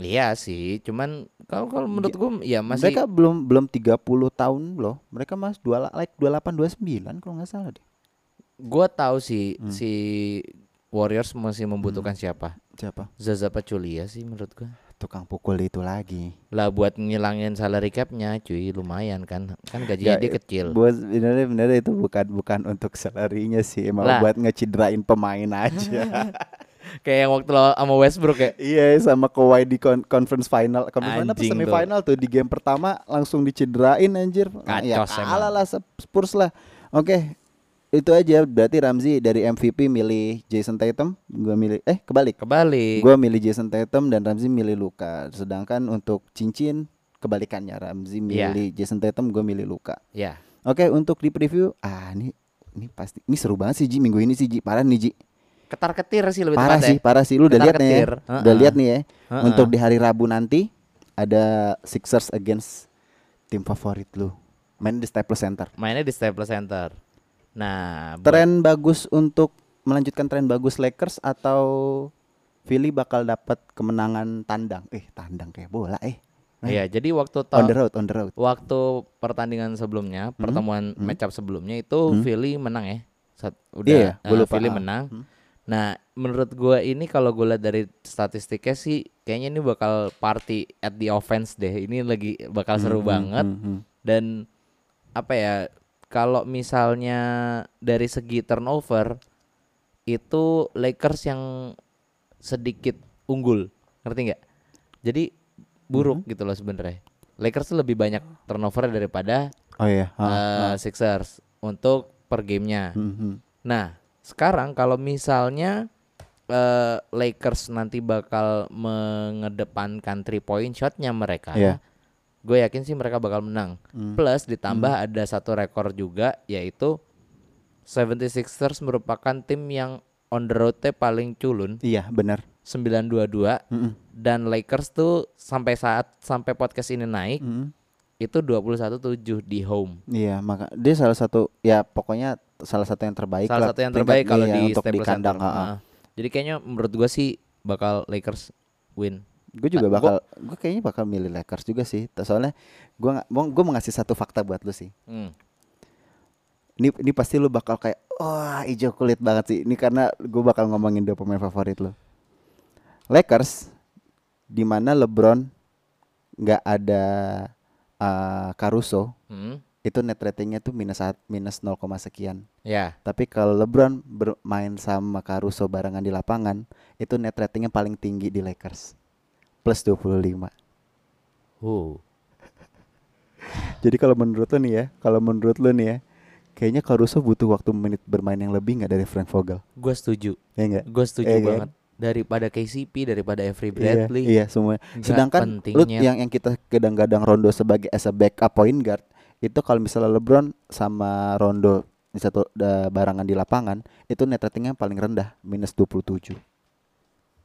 Speaker 1: Iya sih, cuman kalau kalau menurut gua ya masih
Speaker 2: Iya. Mereka belum belum 30 tahun loh. Mereka mas dua like 28 29 kalau nggak salah deh.
Speaker 1: gua tahu sih
Speaker 2: Hmm.
Speaker 1: si Warriors masih membutuhkan siapa?
Speaker 2: Siapa?
Speaker 1: Zaza Pachulia sih menurut gua.
Speaker 2: Tukang pukul itu lagi.
Speaker 1: lah buat ngilangin salary capnya cuy lumayan kan kan gajinya
Speaker 2: Ya,
Speaker 1: dia kecil
Speaker 2: Bos bener bener itu bukan bukan untuk salarinya sih, emang
Speaker 1: Lah.
Speaker 2: buat ngecidrain pemain
Speaker 1: [LAUGHS]
Speaker 2: aja.
Speaker 1: kayak yang waktu lawan sama Westbrook ya
Speaker 2: iya, sama Kawhi di kon- conference final, conference final apa
Speaker 1: Anjing tuh.
Speaker 2: semifinal tuh di game pertama langsung dicidrain anjir. ya
Speaker 1: Kacos emang.
Speaker 2: kalah lah Spurs lah. Oke. itu aja berarti Ramzi dari MVP milih Jason Tatum, gua milih eh kebalik.
Speaker 1: Kebalik.
Speaker 2: Gua milih Jason Tatum dan Ramzi milih Luka. Sedangkan untuk cincin kebalikannya Ramzi
Speaker 1: Iya.
Speaker 2: milih Jason Tatum, gua milih Luka.
Speaker 1: Ya.
Speaker 2: Oke, untuk di preview ah ini ini pasti ini seru banget sih Ji minggu ini sih Ji parah nih Ji
Speaker 1: Ketar-ketir sih lebih
Speaker 2: parah
Speaker 1: tepatnya.
Speaker 2: sih parah sih lu udah lihat nih ya
Speaker 1: Ketar-ketir. ya. Heeh.
Speaker 2: udah lihat nih ya
Speaker 1: Heeh.
Speaker 2: untuk di hari Rabu nanti ada Sixers against tim favorit lu main di Staples Center
Speaker 1: Mainnya di Staples Center. Nah, buat-
Speaker 2: tren bagus untuk melanjutkan tren bagus Lakers atau Philly bakal dapat kemenangan tandang. Eh, tandang kayak bola eh.
Speaker 1: Iya, jadi waktu
Speaker 2: On the
Speaker 1: tahun
Speaker 2: road, on the road.
Speaker 1: waktu pertandingan sebelumnya,
Speaker 2: Hmm.
Speaker 1: pertemuan match up sebelumnya itu Philly menang ya. Saat, udah
Speaker 2: Iya,
Speaker 1: eh,
Speaker 2: gua lupa.
Speaker 1: Philly
Speaker 2: Ah.
Speaker 1: menang. Nah, menurut gua ini kalau gua lihat dari statistiknya sih kayaknya ini bakal party at the offense deh. Ini lagi bakal
Speaker 2: Hmm,
Speaker 1: seru
Speaker 2: Mm-hmm,
Speaker 1: banget dan apa ya? Kalau misalnya dari segi turnover itu Lakers yang sedikit unggul, ngerti nggak? Jadi buruk gitu loh sebenarnya. Lakers tuh lebih banyak turnover daripada
Speaker 2: Oh iya. ha,
Speaker 1: eh, Sixers untuk per gamenya.
Speaker 2: mhm.
Speaker 1: Nah, sekarang kalau misalnya eh, Lakers nanti bakal mengedepankan three point shotnya mereka,
Speaker 2: Iya.
Speaker 1: gue yakin sih mereka bakal menang. Plus ditambah ada satu rekor juga yaitu 76ers merupakan tim yang on the road paling culun
Speaker 2: Iya, benar. Mm-hmm,
Speaker 1: 922
Speaker 2: Mm-mm.
Speaker 1: dan Lakers tuh sampai saat sampai podcast ini naik
Speaker 2: Mm-mm.
Speaker 1: itu 21-7 di home.
Speaker 2: mm-hmm. Iya, maka dia salah satu ya pokoknya salah satu yang terbaik
Speaker 1: Salah
Speaker 2: lah
Speaker 1: satu yang
Speaker 2: peringkat
Speaker 1: terbaik kalau
Speaker 2: dia
Speaker 1: iya, di
Speaker 2: untuk di
Speaker 1: Staples
Speaker 2: kandang.
Speaker 1: Center. Nah, Jadi kayaknya menurut gua sih bakal Lakers win.
Speaker 2: Gue juga
Speaker 1: Nah,
Speaker 2: bakal gue kayaknya bakal milih Lakers juga sih. Soalnya gue gue mau ngasih satu fakta buat lu sih. ini ini pasti lu bakal kayak wah hijau kulit banget sih ini karena gue bakal ngomongin dua pemain favorit lu Lakers di mana LeBron nggak ada uh, Caruso
Speaker 1: Hmm.
Speaker 2: itu net ratingnya tuh minus saat minus 0, sekian
Speaker 1: Ya,
Speaker 2: tapi kalau LeBron bermain sama Caruso barengan di lapangan itu net ratingnya paling tinggi di Lakers plus 25
Speaker 1: Huh.
Speaker 2: jadi kalau menurut lu nih ya kalau menurut lu nih ya kayaknya Caruso butuh waktu menit bermain yang lebih nggak dari Frank Vogel
Speaker 1: Gua setuju.
Speaker 2: ya enggak
Speaker 1: Gua setuju
Speaker 2: Iya kan?
Speaker 1: banget. Daripada KCP, daripada Avery
Speaker 2: Iya,
Speaker 1: Bradley.
Speaker 2: Iya, semua.
Speaker 1: Nggak
Speaker 2: Sedangkan lu ya
Speaker 1: pentingnya.
Speaker 2: yang yang kita kadang-kadang Rondo sebagai as a backup point guard itu kalau misalnya LeBron sama Rondo di satu da- barangan di lapangan itu net ratingnya paling rendah minus 27.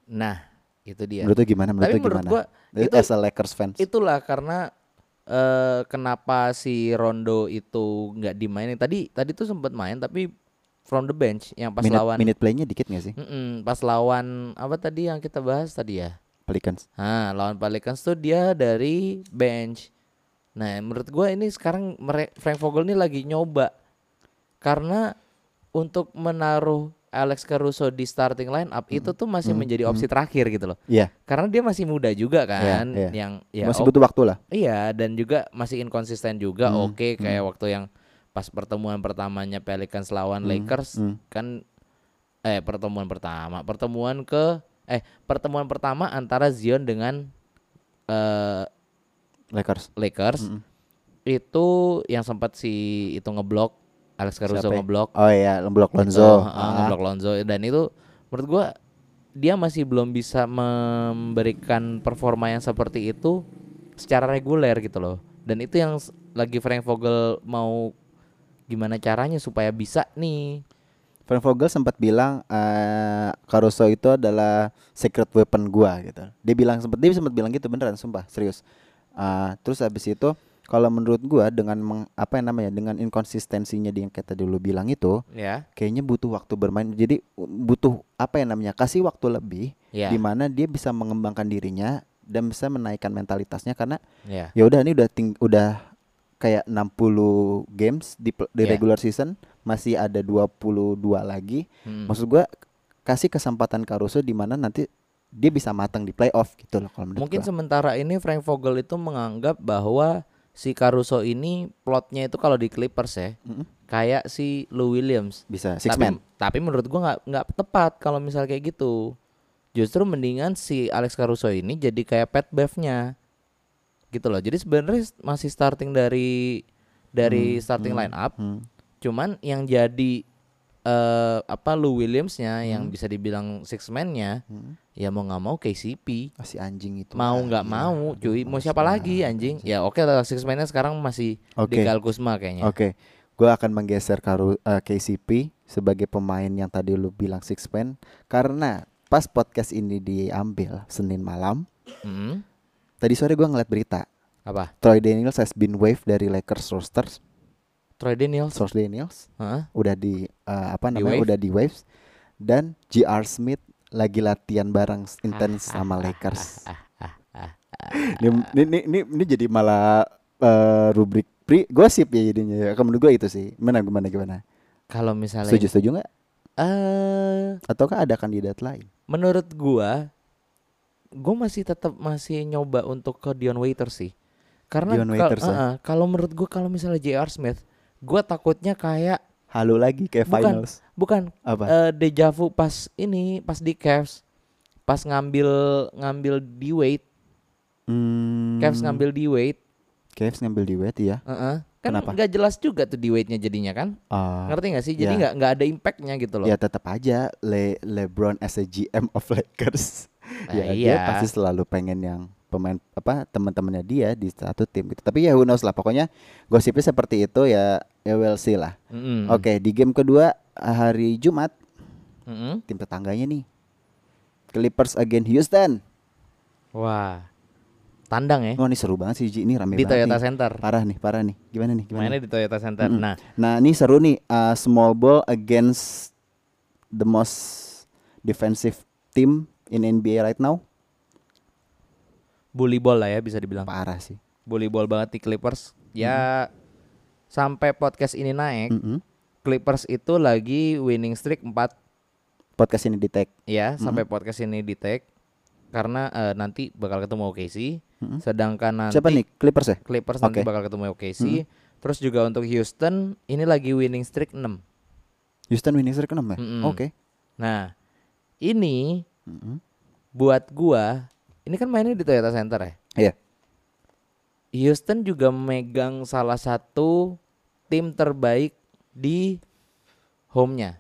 Speaker 1: Nah, itu dia.
Speaker 2: Menurut lu gimana? Menurut
Speaker 1: Tapi
Speaker 2: lu
Speaker 1: menurut
Speaker 2: gimana?
Speaker 1: gua
Speaker 2: Eh,
Speaker 1: itu-
Speaker 2: as a Lakers fans.
Speaker 1: Itulah karena eh, kenapa si Rondo itu nggak dimainin. Tadi tadi tuh sempat main tapi from the bench yang pas
Speaker 2: minute,
Speaker 1: lawan
Speaker 2: minute play-nya dikit gak sih?
Speaker 1: Mm-mm, pas lawan apa tadi yang kita bahas tadi ya?
Speaker 2: Pelicans.
Speaker 1: Nah, lawan Pelicans tuh dia dari bench. Nah, menurut gua ini sekarang mere- Frank Vogel ini lagi nyoba karena untuk menaruh Alex Caruso di starting line up itu tuh masih menjadi opsi terakhir gitu loh.
Speaker 2: Mm-hmm. Iya.
Speaker 1: Karena dia masih muda juga kan
Speaker 2: iya.
Speaker 1: yang ya
Speaker 2: Masih
Speaker 1: oke.
Speaker 2: butuh waktu lah.
Speaker 1: Iya dan juga masih inkonsisten juga.
Speaker 2: Hmm,
Speaker 1: Oke kayak waktu yang pas pertemuan pertamanya Pelicans lawan Lakers
Speaker 2: hmm.
Speaker 1: kan eh pertemuan pertama pertemuan ke eh pertemuan pertama antara Zion dengan eh,
Speaker 2: Lakers.
Speaker 1: Lakers itu yang sempat si itu ngeblok Alex Caruso
Speaker 2: Siapa ya?
Speaker 1: ngeblok
Speaker 2: Oh iya, Blok
Speaker 1: gitu,
Speaker 2: Lonzo.
Speaker 1: heeh,
Speaker 2: Ah.
Speaker 1: ngeblok Lonzo dan itu menurut gua dia masih belum bisa memberikan performa yang seperti itu secara reguler gitu loh. Dan itu yang s- lagi Frank Vogel mau gimana caranya supaya bisa nih.
Speaker 2: Frank Vogel sempat bilang eh, Caruso itu adalah secret weapon gua gitu. Dia bilang sempat dia sempat bilang gitu beneran sumpah serius. Eh, terus habis itu kalau menurut gua dengan meng- apa yang namanya dengan inkonsistensinya dia yang kita dulu bilang itu
Speaker 1: Ya.
Speaker 2: kayaknya butuh waktu bermain. Jadi u- butuh apa yang namanya kasih waktu lebih
Speaker 1: Ya.
Speaker 2: di mana dia bisa mengembangkan dirinya dan bisa menaikkan mentalitasnya karena
Speaker 1: Ya.
Speaker 2: ya udah ini udah ting udah kayak 60 games di, pl- di
Speaker 1: Iya.
Speaker 2: regular season masih ada 22 lagi.
Speaker 1: Mm.
Speaker 2: Maksud gua kasih kesempatan Caruso di mana nanti dia bisa matang di playoff gitu loh kalau menurut
Speaker 1: Mungkin
Speaker 2: gua.
Speaker 1: sementara ini Frank Vogel itu menganggap bahwa si Caruso ini plotnya itu kalau di Clippers ya
Speaker 2: Mm-mm.
Speaker 1: kayak si Lou Williams.
Speaker 2: bisa six
Speaker 1: tapi,
Speaker 2: man.
Speaker 1: Tapi menurut gua nggak nggak tepat kalau misal kayak gitu. Justru mendingan si Alex Caruso ini jadi kayak pet nya gitu loh. Jadi sebenarnya s- masih starting dari dari starting line up.
Speaker 2: Hmm.
Speaker 1: Cuman yang jadi eh, apa Lou Williamsnya yang
Speaker 2: Hmm.
Speaker 1: bisa dibilang six man-nya ya mau nggak mau KCP
Speaker 2: masih Ah, anjing itu kan, iya.
Speaker 1: mau nggak mau cuy mau siapa lagi anjing ya oke lah six man-nya sekarang masih
Speaker 2: Oke.
Speaker 1: di Gal Kuzma kayaknya
Speaker 2: Oke, gua akan menggeser Karu eh, KCP sebagai pemain yang tadi lu bilang six man karena pas podcast ini diambil Senin malam,
Speaker 1: Mm.
Speaker 2: tadi sore gua ngeliat berita
Speaker 1: apa
Speaker 2: Troy Daniels has been waived dari Lakers roster.
Speaker 1: Troy Daniels
Speaker 2: Troy Daniels
Speaker 1: Hah?
Speaker 2: udah di eh, apa
Speaker 1: Di
Speaker 2: namanya
Speaker 1: waive?
Speaker 2: udah di waived dan JR Smith lagi latihan bareng s-
Speaker 1: Ah,
Speaker 2: intens sama Lakers. ini, ini, ini, ini, ini jadi malah eh, rubrik pri gosip ya jadinya. Kamu menurut gua itu sih. Mana gimana gimana?
Speaker 1: kalau misalnya
Speaker 2: Setuju setuju nggak?
Speaker 1: eh
Speaker 2: Ataukah ada kandidat lain?
Speaker 1: menurut gua gua masih tetap masih nyoba untuk ke Dion Waiters sih karena
Speaker 2: Dion
Speaker 1: kal-
Speaker 2: Waiters ya?
Speaker 1: eh, kalau menurut gua kalau misalnya J.R. Smith gua takutnya kayak
Speaker 2: Halo lagi kayak
Speaker 1: Bukan.
Speaker 2: finals
Speaker 1: bukan
Speaker 2: apa?
Speaker 1: eh deja vu pas ini pas di Cavs pas ngambil ngambil di Wade
Speaker 2: Hmm,
Speaker 1: Cavs ngambil di Wade
Speaker 2: Cavs ngambil di wet ya.
Speaker 1: Heeh. kan
Speaker 2: Kenapa?
Speaker 1: nggak jelas juga tuh di Wade-nya jadinya kan
Speaker 2: Ah,
Speaker 1: ngerti nggak sih jadi
Speaker 2: ya.
Speaker 1: nggak nggak ada impactnya gitu loh
Speaker 2: ya tetap aja Le LeBron as a GM of
Speaker 1: [LAUGHS]
Speaker 2: Lakers.
Speaker 1: Nah,
Speaker 2: ya
Speaker 1: iya
Speaker 2: dia pasti selalu pengen yang pemain apa teman-temannya dia di satu tim gitu. Tapi ya who knows lah pokoknya gosipnya seperti itu ya ya we'll see lah.
Speaker 1: Mm-mm.
Speaker 2: Oke, di game kedua hari Jumat
Speaker 1: Mm-mm.
Speaker 2: tim tetangganya nih Clippers against Houston.
Speaker 1: wah tandang ya
Speaker 2: Wah, ini seru banget sih Ji. ini rame
Speaker 1: di
Speaker 2: banget.
Speaker 1: Toyota
Speaker 2: nih.
Speaker 1: Center
Speaker 2: Parah nih, parah nih. Gimana nih?
Speaker 1: ya,
Speaker 2: Gimana?
Speaker 1: mainnya di Toyota Center
Speaker 2: Mm-mm.
Speaker 1: nah
Speaker 2: Nah ini seru nih uh, small ball against the most defensive team in NBA right now
Speaker 1: bully ball lah ya bisa dibilang
Speaker 2: parah sih.
Speaker 1: bully ball banget di Clippers ya sampai podcast ini naik
Speaker 2: Mm-mm.
Speaker 1: Clippers itu lagi winning streak 4
Speaker 2: Podcast ini di tag.
Speaker 1: ya sampai podcast ini di tag karena eh, nanti bakal ketemu OKC
Speaker 2: Mm-mm.
Speaker 1: sedangkan nanti
Speaker 2: Siapa nih Clippers ya?
Speaker 1: Clippers nanti
Speaker 2: Oke. Hmm.
Speaker 1: bakal ketemu OKC terus juga untuk Houston ini lagi winning streak 6
Speaker 2: Houston winning streak enam ya?
Speaker 1: Mm-mm.
Speaker 2: Oke.
Speaker 1: nah ini
Speaker 2: Mm-mm.
Speaker 1: buat gua ini kan mainnya di Toyota Center ya
Speaker 2: Iya.
Speaker 1: Houston juga megang salah satu tim terbaik di home-nya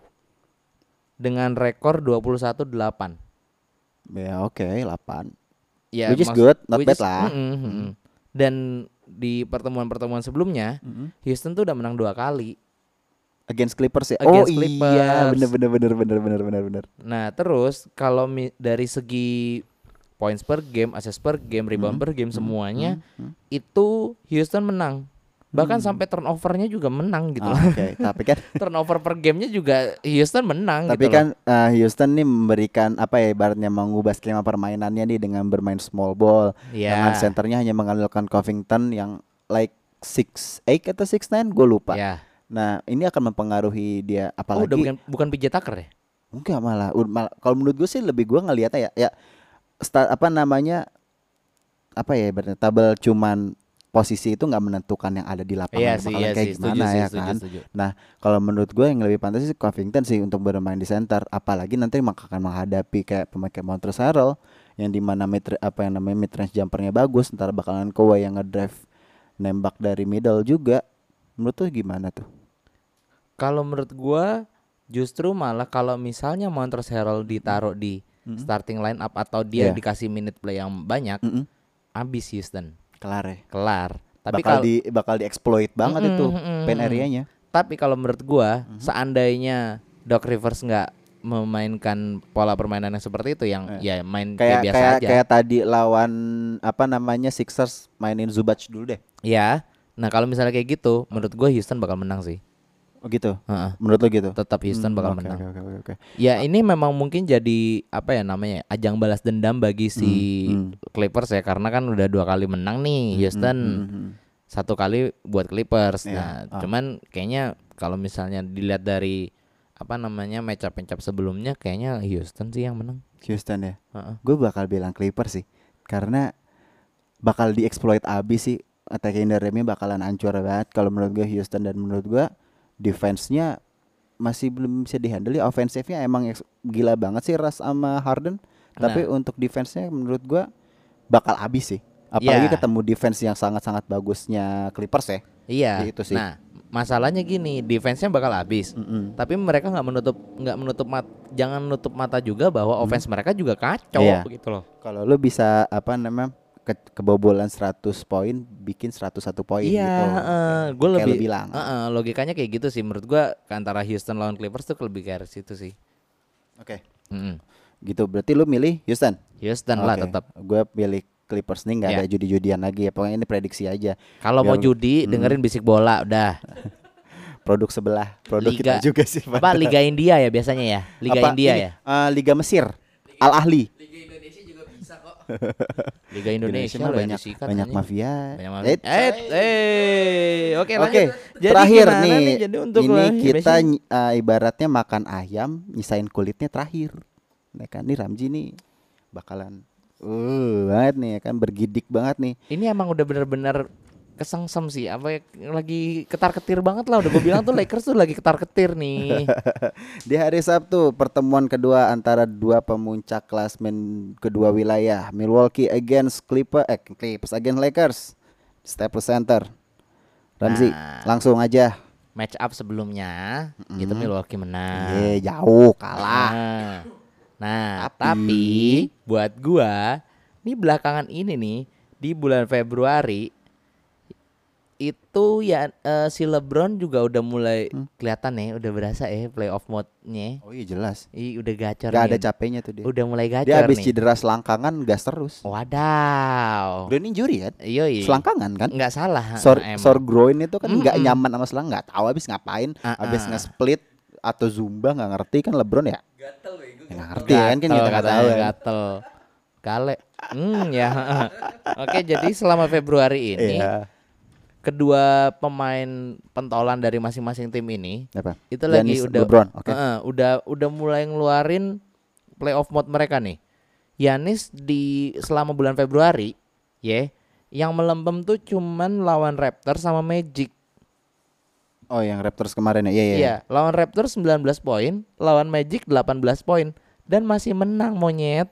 Speaker 1: dengan rekor 21-8.
Speaker 2: Ya oke 8
Speaker 1: Ya,
Speaker 2: Which is
Speaker 1: maks-
Speaker 2: good, not bad
Speaker 1: is-
Speaker 2: lah.
Speaker 1: mm-mm, mm-mm. Dan di pertemuan-pertemuan sebelumnya, Houston tuh udah menang dua kali.
Speaker 2: Against Clippers ya?
Speaker 1: Against
Speaker 2: oh iya
Speaker 1: Clippers.
Speaker 2: bener bener bener bener bener bener bener.
Speaker 1: Nah, terus kalau mi- dari segi points per game, assist per game,
Speaker 2: Hmm.
Speaker 1: rebound per game semuanya itu Houston menang. Bahkan sampai turnovernya juga menang gitu.
Speaker 2: Hmm. Ah,
Speaker 1: loh.
Speaker 2: Oke tapi kan
Speaker 1: [LAUGHS] turnover per gamenya juga Houston menang
Speaker 2: tapi
Speaker 1: gitu
Speaker 2: kan uh, Houston nih memberikan apa ya ibaratnya mengubah skema permainannya nih dengan bermain small ball.
Speaker 1: loh. Iya.
Speaker 2: Dengan senternya hanya mengandalkan Covington yang like 6'8 atau 6'9 gue lupa.
Speaker 1: Iya.
Speaker 2: Nah, ini akan mempengaruhi dia
Speaker 1: Oh,
Speaker 2: apalagi Ah,
Speaker 1: udah bukan bukan PJ Tucker ya?
Speaker 2: enggak malah, ud- malah- kalau menurut gue sih lebih gue ngelihatnya ya ya sta- apa namanya apa ya ibaratnya tabel cuman posisi itu nggak menentukan yang ada di lapangan
Speaker 1: Iya
Speaker 2: itu
Speaker 1: sih,
Speaker 2: bakalan
Speaker 1: iya
Speaker 2: kayak
Speaker 1: sih,
Speaker 2: gimana
Speaker 1: setuju sih,
Speaker 2: ya
Speaker 1: setuju,
Speaker 2: kan.
Speaker 1: setuju.
Speaker 2: Nah, kalau menurut gue yang lebih pantas sih Covington sih untuk bermain di center, apalagi nanti mak- akan menghadapi kayak pemain kayak Montrezl Harrell yang dimana mid apa yang namanya mid range jumpernya bagus, ntar bakalan Kawhi yang ngedrive nembak dari middle juga. Menurut tuh gimana tuh?
Speaker 1: Kalau menurut gua justru malah kalau misalnya Montrezl Harrell ditaruh di starting line up atau dia
Speaker 2: Hmm. Iya.
Speaker 1: dikasih minute play yang banyak,
Speaker 2: Mm-mm.
Speaker 1: abis Houston,
Speaker 2: Kelar ya.
Speaker 1: kelar. Tapi
Speaker 2: bakal
Speaker 1: kalau
Speaker 2: di bakal dieksploit banget
Speaker 1: Mm-mm,
Speaker 2: itu
Speaker 1: mm-mm,
Speaker 2: pen
Speaker 1: mm-mm.
Speaker 2: areanya.
Speaker 1: tapi kalau menurut gua
Speaker 2: Mhm.
Speaker 1: seandainya Doc Rivers nggak memainkan pola permainan yang seperti itu yang ya main kayak,
Speaker 2: Eh. Kayak
Speaker 1: biasa
Speaker 2: kayak
Speaker 1: aja.
Speaker 2: kayak tadi lawan apa namanya Sixers mainin Zubac dulu deh.
Speaker 1: Ya. Nah, kalau misalnya kayak gitu, menurut gua Houston bakal menang sih.
Speaker 2: Oh gitu.
Speaker 1: Heeh.
Speaker 2: Menurut lo gitu?
Speaker 1: Tetap Houston
Speaker 2: Hmm,
Speaker 1: bakal
Speaker 2: oke,
Speaker 1: menang.
Speaker 2: Oke oke oke, oke.
Speaker 1: Ya ini memang mungkin jadi apa ya namanya ajang balas dendam bagi si
Speaker 2: Hmm,
Speaker 1: Clippers ya karena kan udah dua kali menang nih Houston
Speaker 2: Hmm, hmm, hmm.
Speaker 1: satu kali buat Clippers.
Speaker 2: Iya,
Speaker 1: Nah
Speaker 2: ah.
Speaker 1: cuman kayaknya kalau misalnya dilihat dari apa namanya match up match up sebelumnya kayaknya Houston sih yang menang.
Speaker 2: Houston ya.
Speaker 1: Heeh.
Speaker 2: Gue bakal bilang Clippers sih karena bakal dieksploit abis sih attacking the rim-nya bakalan hancur banget kalau menurut gue Houston dan menurut gue defense-nya masih belum bisa dihandle offensive-nya emang eks- gila banget sih Ras sama Harden tapi
Speaker 1: Nah.
Speaker 2: untuk defense-nya menurut gue bakal abis sih apalagi
Speaker 1: Ya.
Speaker 2: ketemu defense yang sangat-sangat bagusnya Clippers ya
Speaker 1: Iya.
Speaker 2: Iya, itu sih.
Speaker 1: Nah masalahnya gini, defense-nya bakal habis. Tapi mereka nggak menutup nggak menutup mat, jangan menutup mata juga bahwa offense mereka juga kacau
Speaker 2: Hmm. Iya.
Speaker 1: gitu loh.
Speaker 2: Kalau lu bisa apa namanya ke- kebobolan 100 poin bikin 101 poin
Speaker 1: Iya,
Speaker 2: gitu.
Speaker 1: gue
Speaker 2: Kayak
Speaker 1: lebih
Speaker 2: lu bilang.
Speaker 1: Heeh, logikanya kayak gitu sih menurut gua antara Houston lawan Clippers tuh lebih ke arah situ sih.
Speaker 2: Oke.
Speaker 1: Mm-mm.
Speaker 2: Gitu. Berarti lu milih Houston.
Speaker 1: Houston lah
Speaker 2: Oke.
Speaker 1: tetap.
Speaker 2: Gue pilih Clippers nih nggak
Speaker 1: Iya.
Speaker 2: ada judi-judian lagi ya. Pokoknya ini prediksi aja.
Speaker 1: Kalau mau
Speaker 2: Biar-
Speaker 1: judi dengerin bisik bola
Speaker 2: [LAUGHS]
Speaker 1: udah.
Speaker 2: Produk sebelah, produk
Speaker 1: Liga-
Speaker 2: kita juga sih.
Speaker 1: Apa
Speaker 2: padahal.
Speaker 1: Liga India ya biasanya ya? Liga
Speaker 2: Apa,
Speaker 1: India
Speaker 2: ini,
Speaker 1: ya?
Speaker 2: eh, Liga Mesir. Al Ahli.
Speaker 1: Liga Indonesia juga bisa kok. Liga Indonesia, ya,
Speaker 2: Indonesia mah
Speaker 1: loh yang
Speaker 2: banyak
Speaker 1: disikat
Speaker 2: banyak
Speaker 1: anjing.
Speaker 2: mafia.
Speaker 1: Banyak mafia.
Speaker 2: Eh,
Speaker 1: Eh, eh, oke lanjut.
Speaker 2: Oke,
Speaker 1: Jadi
Speaker 2: terakhir
Speaker 1: gimana
Speaker 2: nih,
Speaker 1: jadi untuk
Speaker 2: ini
Speaker 1: Liga
Speaker 2: kita
Speaker 1: Indonesia?
Speaker 2: ny- eh, ibaratnya makan ayam, nyisain kulitnya terakhir. Ya kan, nih Ramji nih bakalan uh, banget nih ya kan bergidik banget nih.
Speaker 1: ini emang udah bener-bener kesengsem sih apa ya, lagi ketar-ketir banget lah udah gue bilang tuh Lakers tuh lagi ketar-ketir nih
Speaker 2: [LAUGHS] Di hari Sabtu pertemuan kedua antara dua pemuncak klasmen kedua wilayah, Milwaukee against Clippers, eh Clippers against Lakers, Staples Center. Ramzi,
Speaker 1: Nah.
Speaker 2: langsung aja.
Speaker 1: match up sebelumnya itu Milwaukee menang
Speaker 2: Eh, jauh kalah.
Speaker 1: Nah, nah
Speaker 2: Tapi-
Speaker 1: tapi buat gua nih belakangan ini nih di bulan Februari itu ya eh, si LeBron juga udah mulai
Speaker 2: Hmm.
Speaker 1: kelihatan ya, udah berasa ya playoff mode-nya.
Speaker 2: Oh iya jelas.
Speaker 1: Ih, udah gacor
Speaker 2: Gak ada
Speaker 1: nih.
Speaker 2: capeknya tuh dia.
Speaker 1: Udah mulai gacor
Speaker 2: Dia habis
Speaker 1: nih.
Speaker 2: cedera selangkangan gas terus.
Speaker 1: Wadaw.
Speaker 2: Groin injury kan?
Speaker 1: Yoi.
Speaker 2: Selangkangan kan?
Speaker 1: Nggak salah.
Speaker 2: Sor,
Speaker 1: Oh. Iya. emang.
Speaker 2: sor groin itu kan nggak
Speaker 1: Mm-mm.
Speaker 2: nyaman sama selang, nggak tahu habis ngapain,
Speaker 1: Ah,
Speaker 2: habis
Speaker 1: ah.
Speaker 2: nge-split atau zumba nggak ngerti kan LeBron ya? Ya, Nggak ngerti ya kan kan
Speaker 1: Gatel
Speaker 2: kita nggak tahu.
Speaker 1: katanya,
Speaker 2: kan.
Speaker 1: Gatel. Kale. Hmm ya. [LAUGHS] Oke, jadi selama Februari ini
Speaker 2: Iya.
Speaker 1: kedua pemain pentolan dari masing-masing tim ini
Speaker 2: Apa?
Speaker 1: itu
Speaker 2: Giannis,
Speaker 1: lagi udah
Speaker 2: LeBron, oke.
Speaker 1: Heeh, udah udah mulai ngeluarin playoff mode mereka nih. Yanis di selama bulan Februari, ya, yang melempem tuh cuman lawan Raptor sama Magic.
Speaker 2: Oh yang Raptors kemarin ya? Iya iya.
Speaker 1: Iya, lawan Raptor 19 poin, lawan Magic 18 poin dan masih menang monyet.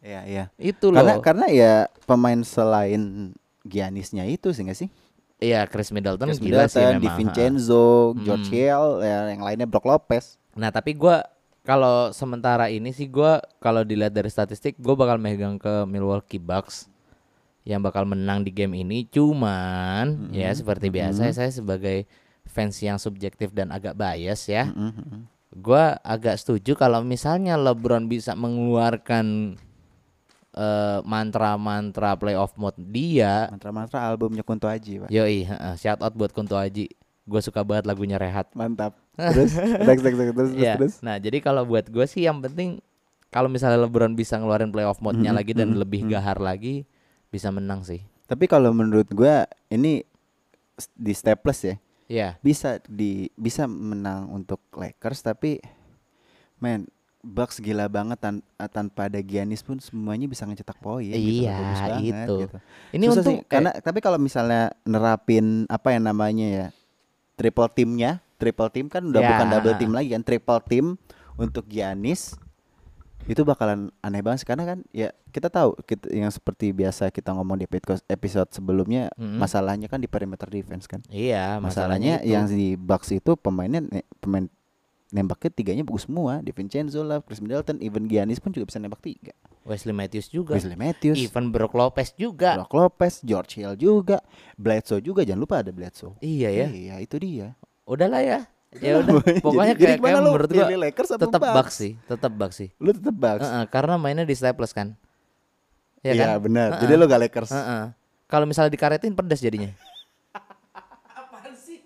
Speaker 2: Iya iya.
Speaker 1: Itu loh.
Speaker 2: Karena karena ya pemain selain Giannisnya itu sih nggak sih?
Speaker 1: Iya, Chris Middleton
Speaker 2: Chris
Speaker 1: gila sih
Speaker 2: Middleton,
Speaker 1: memang.
Speaker 2: Di Vincenzo, George Hill, ya, yang lainnya Brook Lopez.
Speaker 1: Nah, tapi gua kalau sementara ini sih gua kalau dilihat dari statistik gua bakal megang ke Milwaukee Bucks yang bakal menang di game ini. Cuman ya seperti biasa saya sebagai fans yang subjektif dan agak bias ya.
Speaker 2: Mm-hmm.
Speaker 1: Gua agak setuju kalau misalnya LeBron bisa mengeluarkan eh, mantra-mantra playoff mode dia.
Speaker 2: Mantra-mantra albumnya Kunto Aji pak.
Speaker 1: Yoi, heeh, shout out buat Kunto Aji. Gue suka banget lagunya Rehat. [LAUGHS]
Speaker 2: Mantap. Terus, next, next, next, terus, terus,
Speaker 1: Iya.
Speaker 2: terus.
Speaker 1: Nah, jadi kalau buat gue sih yang penting kalau misalnya LeBron bisa ngeluarin playoff
Speaker 2: Hmm,
Speaker 1: mode-nya lagi dan lebih gahar lagi bisa menang sih.
Speaker 2: Tapi kalau menurut gua ini s- di Staples ya
Speaker 1: Iya.
Speaker 2: bisa di bisa menang untuk Lakers tapi men Bucks gila banget tan- tanpa ada Giannis pun semuanya bisa ngecetak poin. gitu loh,
Speaker 1: Iya,
Speaker 2: bagus banget
Speaker 1: itu.
Speaker 2: gitu.
Speaker 1: Ini
Speaker 2: Susah
Speaker 1: untuk
Speaker 2: sih, karena tapi kalau misalnya nerapin apa yang namanya ya triple timnya, triple tim kan udah
Speaker 1: Ya.
Speaker 2: bukan double tim lagi kan triple tim untuk Giannis itu bakalan aneh banget sih, karena kan ya kita tahu kita, yang seperti biasa kita ngomong di episode- episode sebelumnya
Speaker 1: Mm-mm.
Speaker 2: masalahnya kan di perimeter defense kan
Speaker 1: iya, masalahnya,
Speaker 2: masalahnya yang di Bucks itu pemainnya ne- pemain nembaknya tiganya bagus semua Di Vincenzo lah Chris Middleton even Giannis pun juga bisa nembak tiga
Speaker 1: Wesley Matthews juga,
Speaker 2: Wesley Matthews
Speaker 1: Ivan Brook Lopez juga.
Speaker 2: Brook Lopez George Hill juga Bledsoe juga jangan lupa ada Bledsoe
Speaker 1: Iya ya.
Speaker 2: iya itu dia
Speaker 1: Udahlah ya. Ya udah,
Speaker 2: [LAUGHS] Jadi-
Speaker 1: pokoknya kayak,
Speaker 2: jadi gimana
Speaker 1: kayak
Speaker 2: lu?
Speaker 1: menurut gua
Speaker 2: Pilih Lakers apa
Speaker 1: tetap
Speaker 2: Bucks?
Speaker 1: Bucks sih, tetap Bucks sih.
Speaker 2: lu tetep Bucks
Speaker 1: Heeh, karena mainnya di Staples kan. Iya
Speaker 2: iya
Speaker 1: kan?
Speaker 2: benar
Speaker 1: Heeh.
Speaker 2: jadi lu gak Lakers
Speaker 1: Heeh. Kalau misalnya dikaretin pedas jadinya. Apaan sih?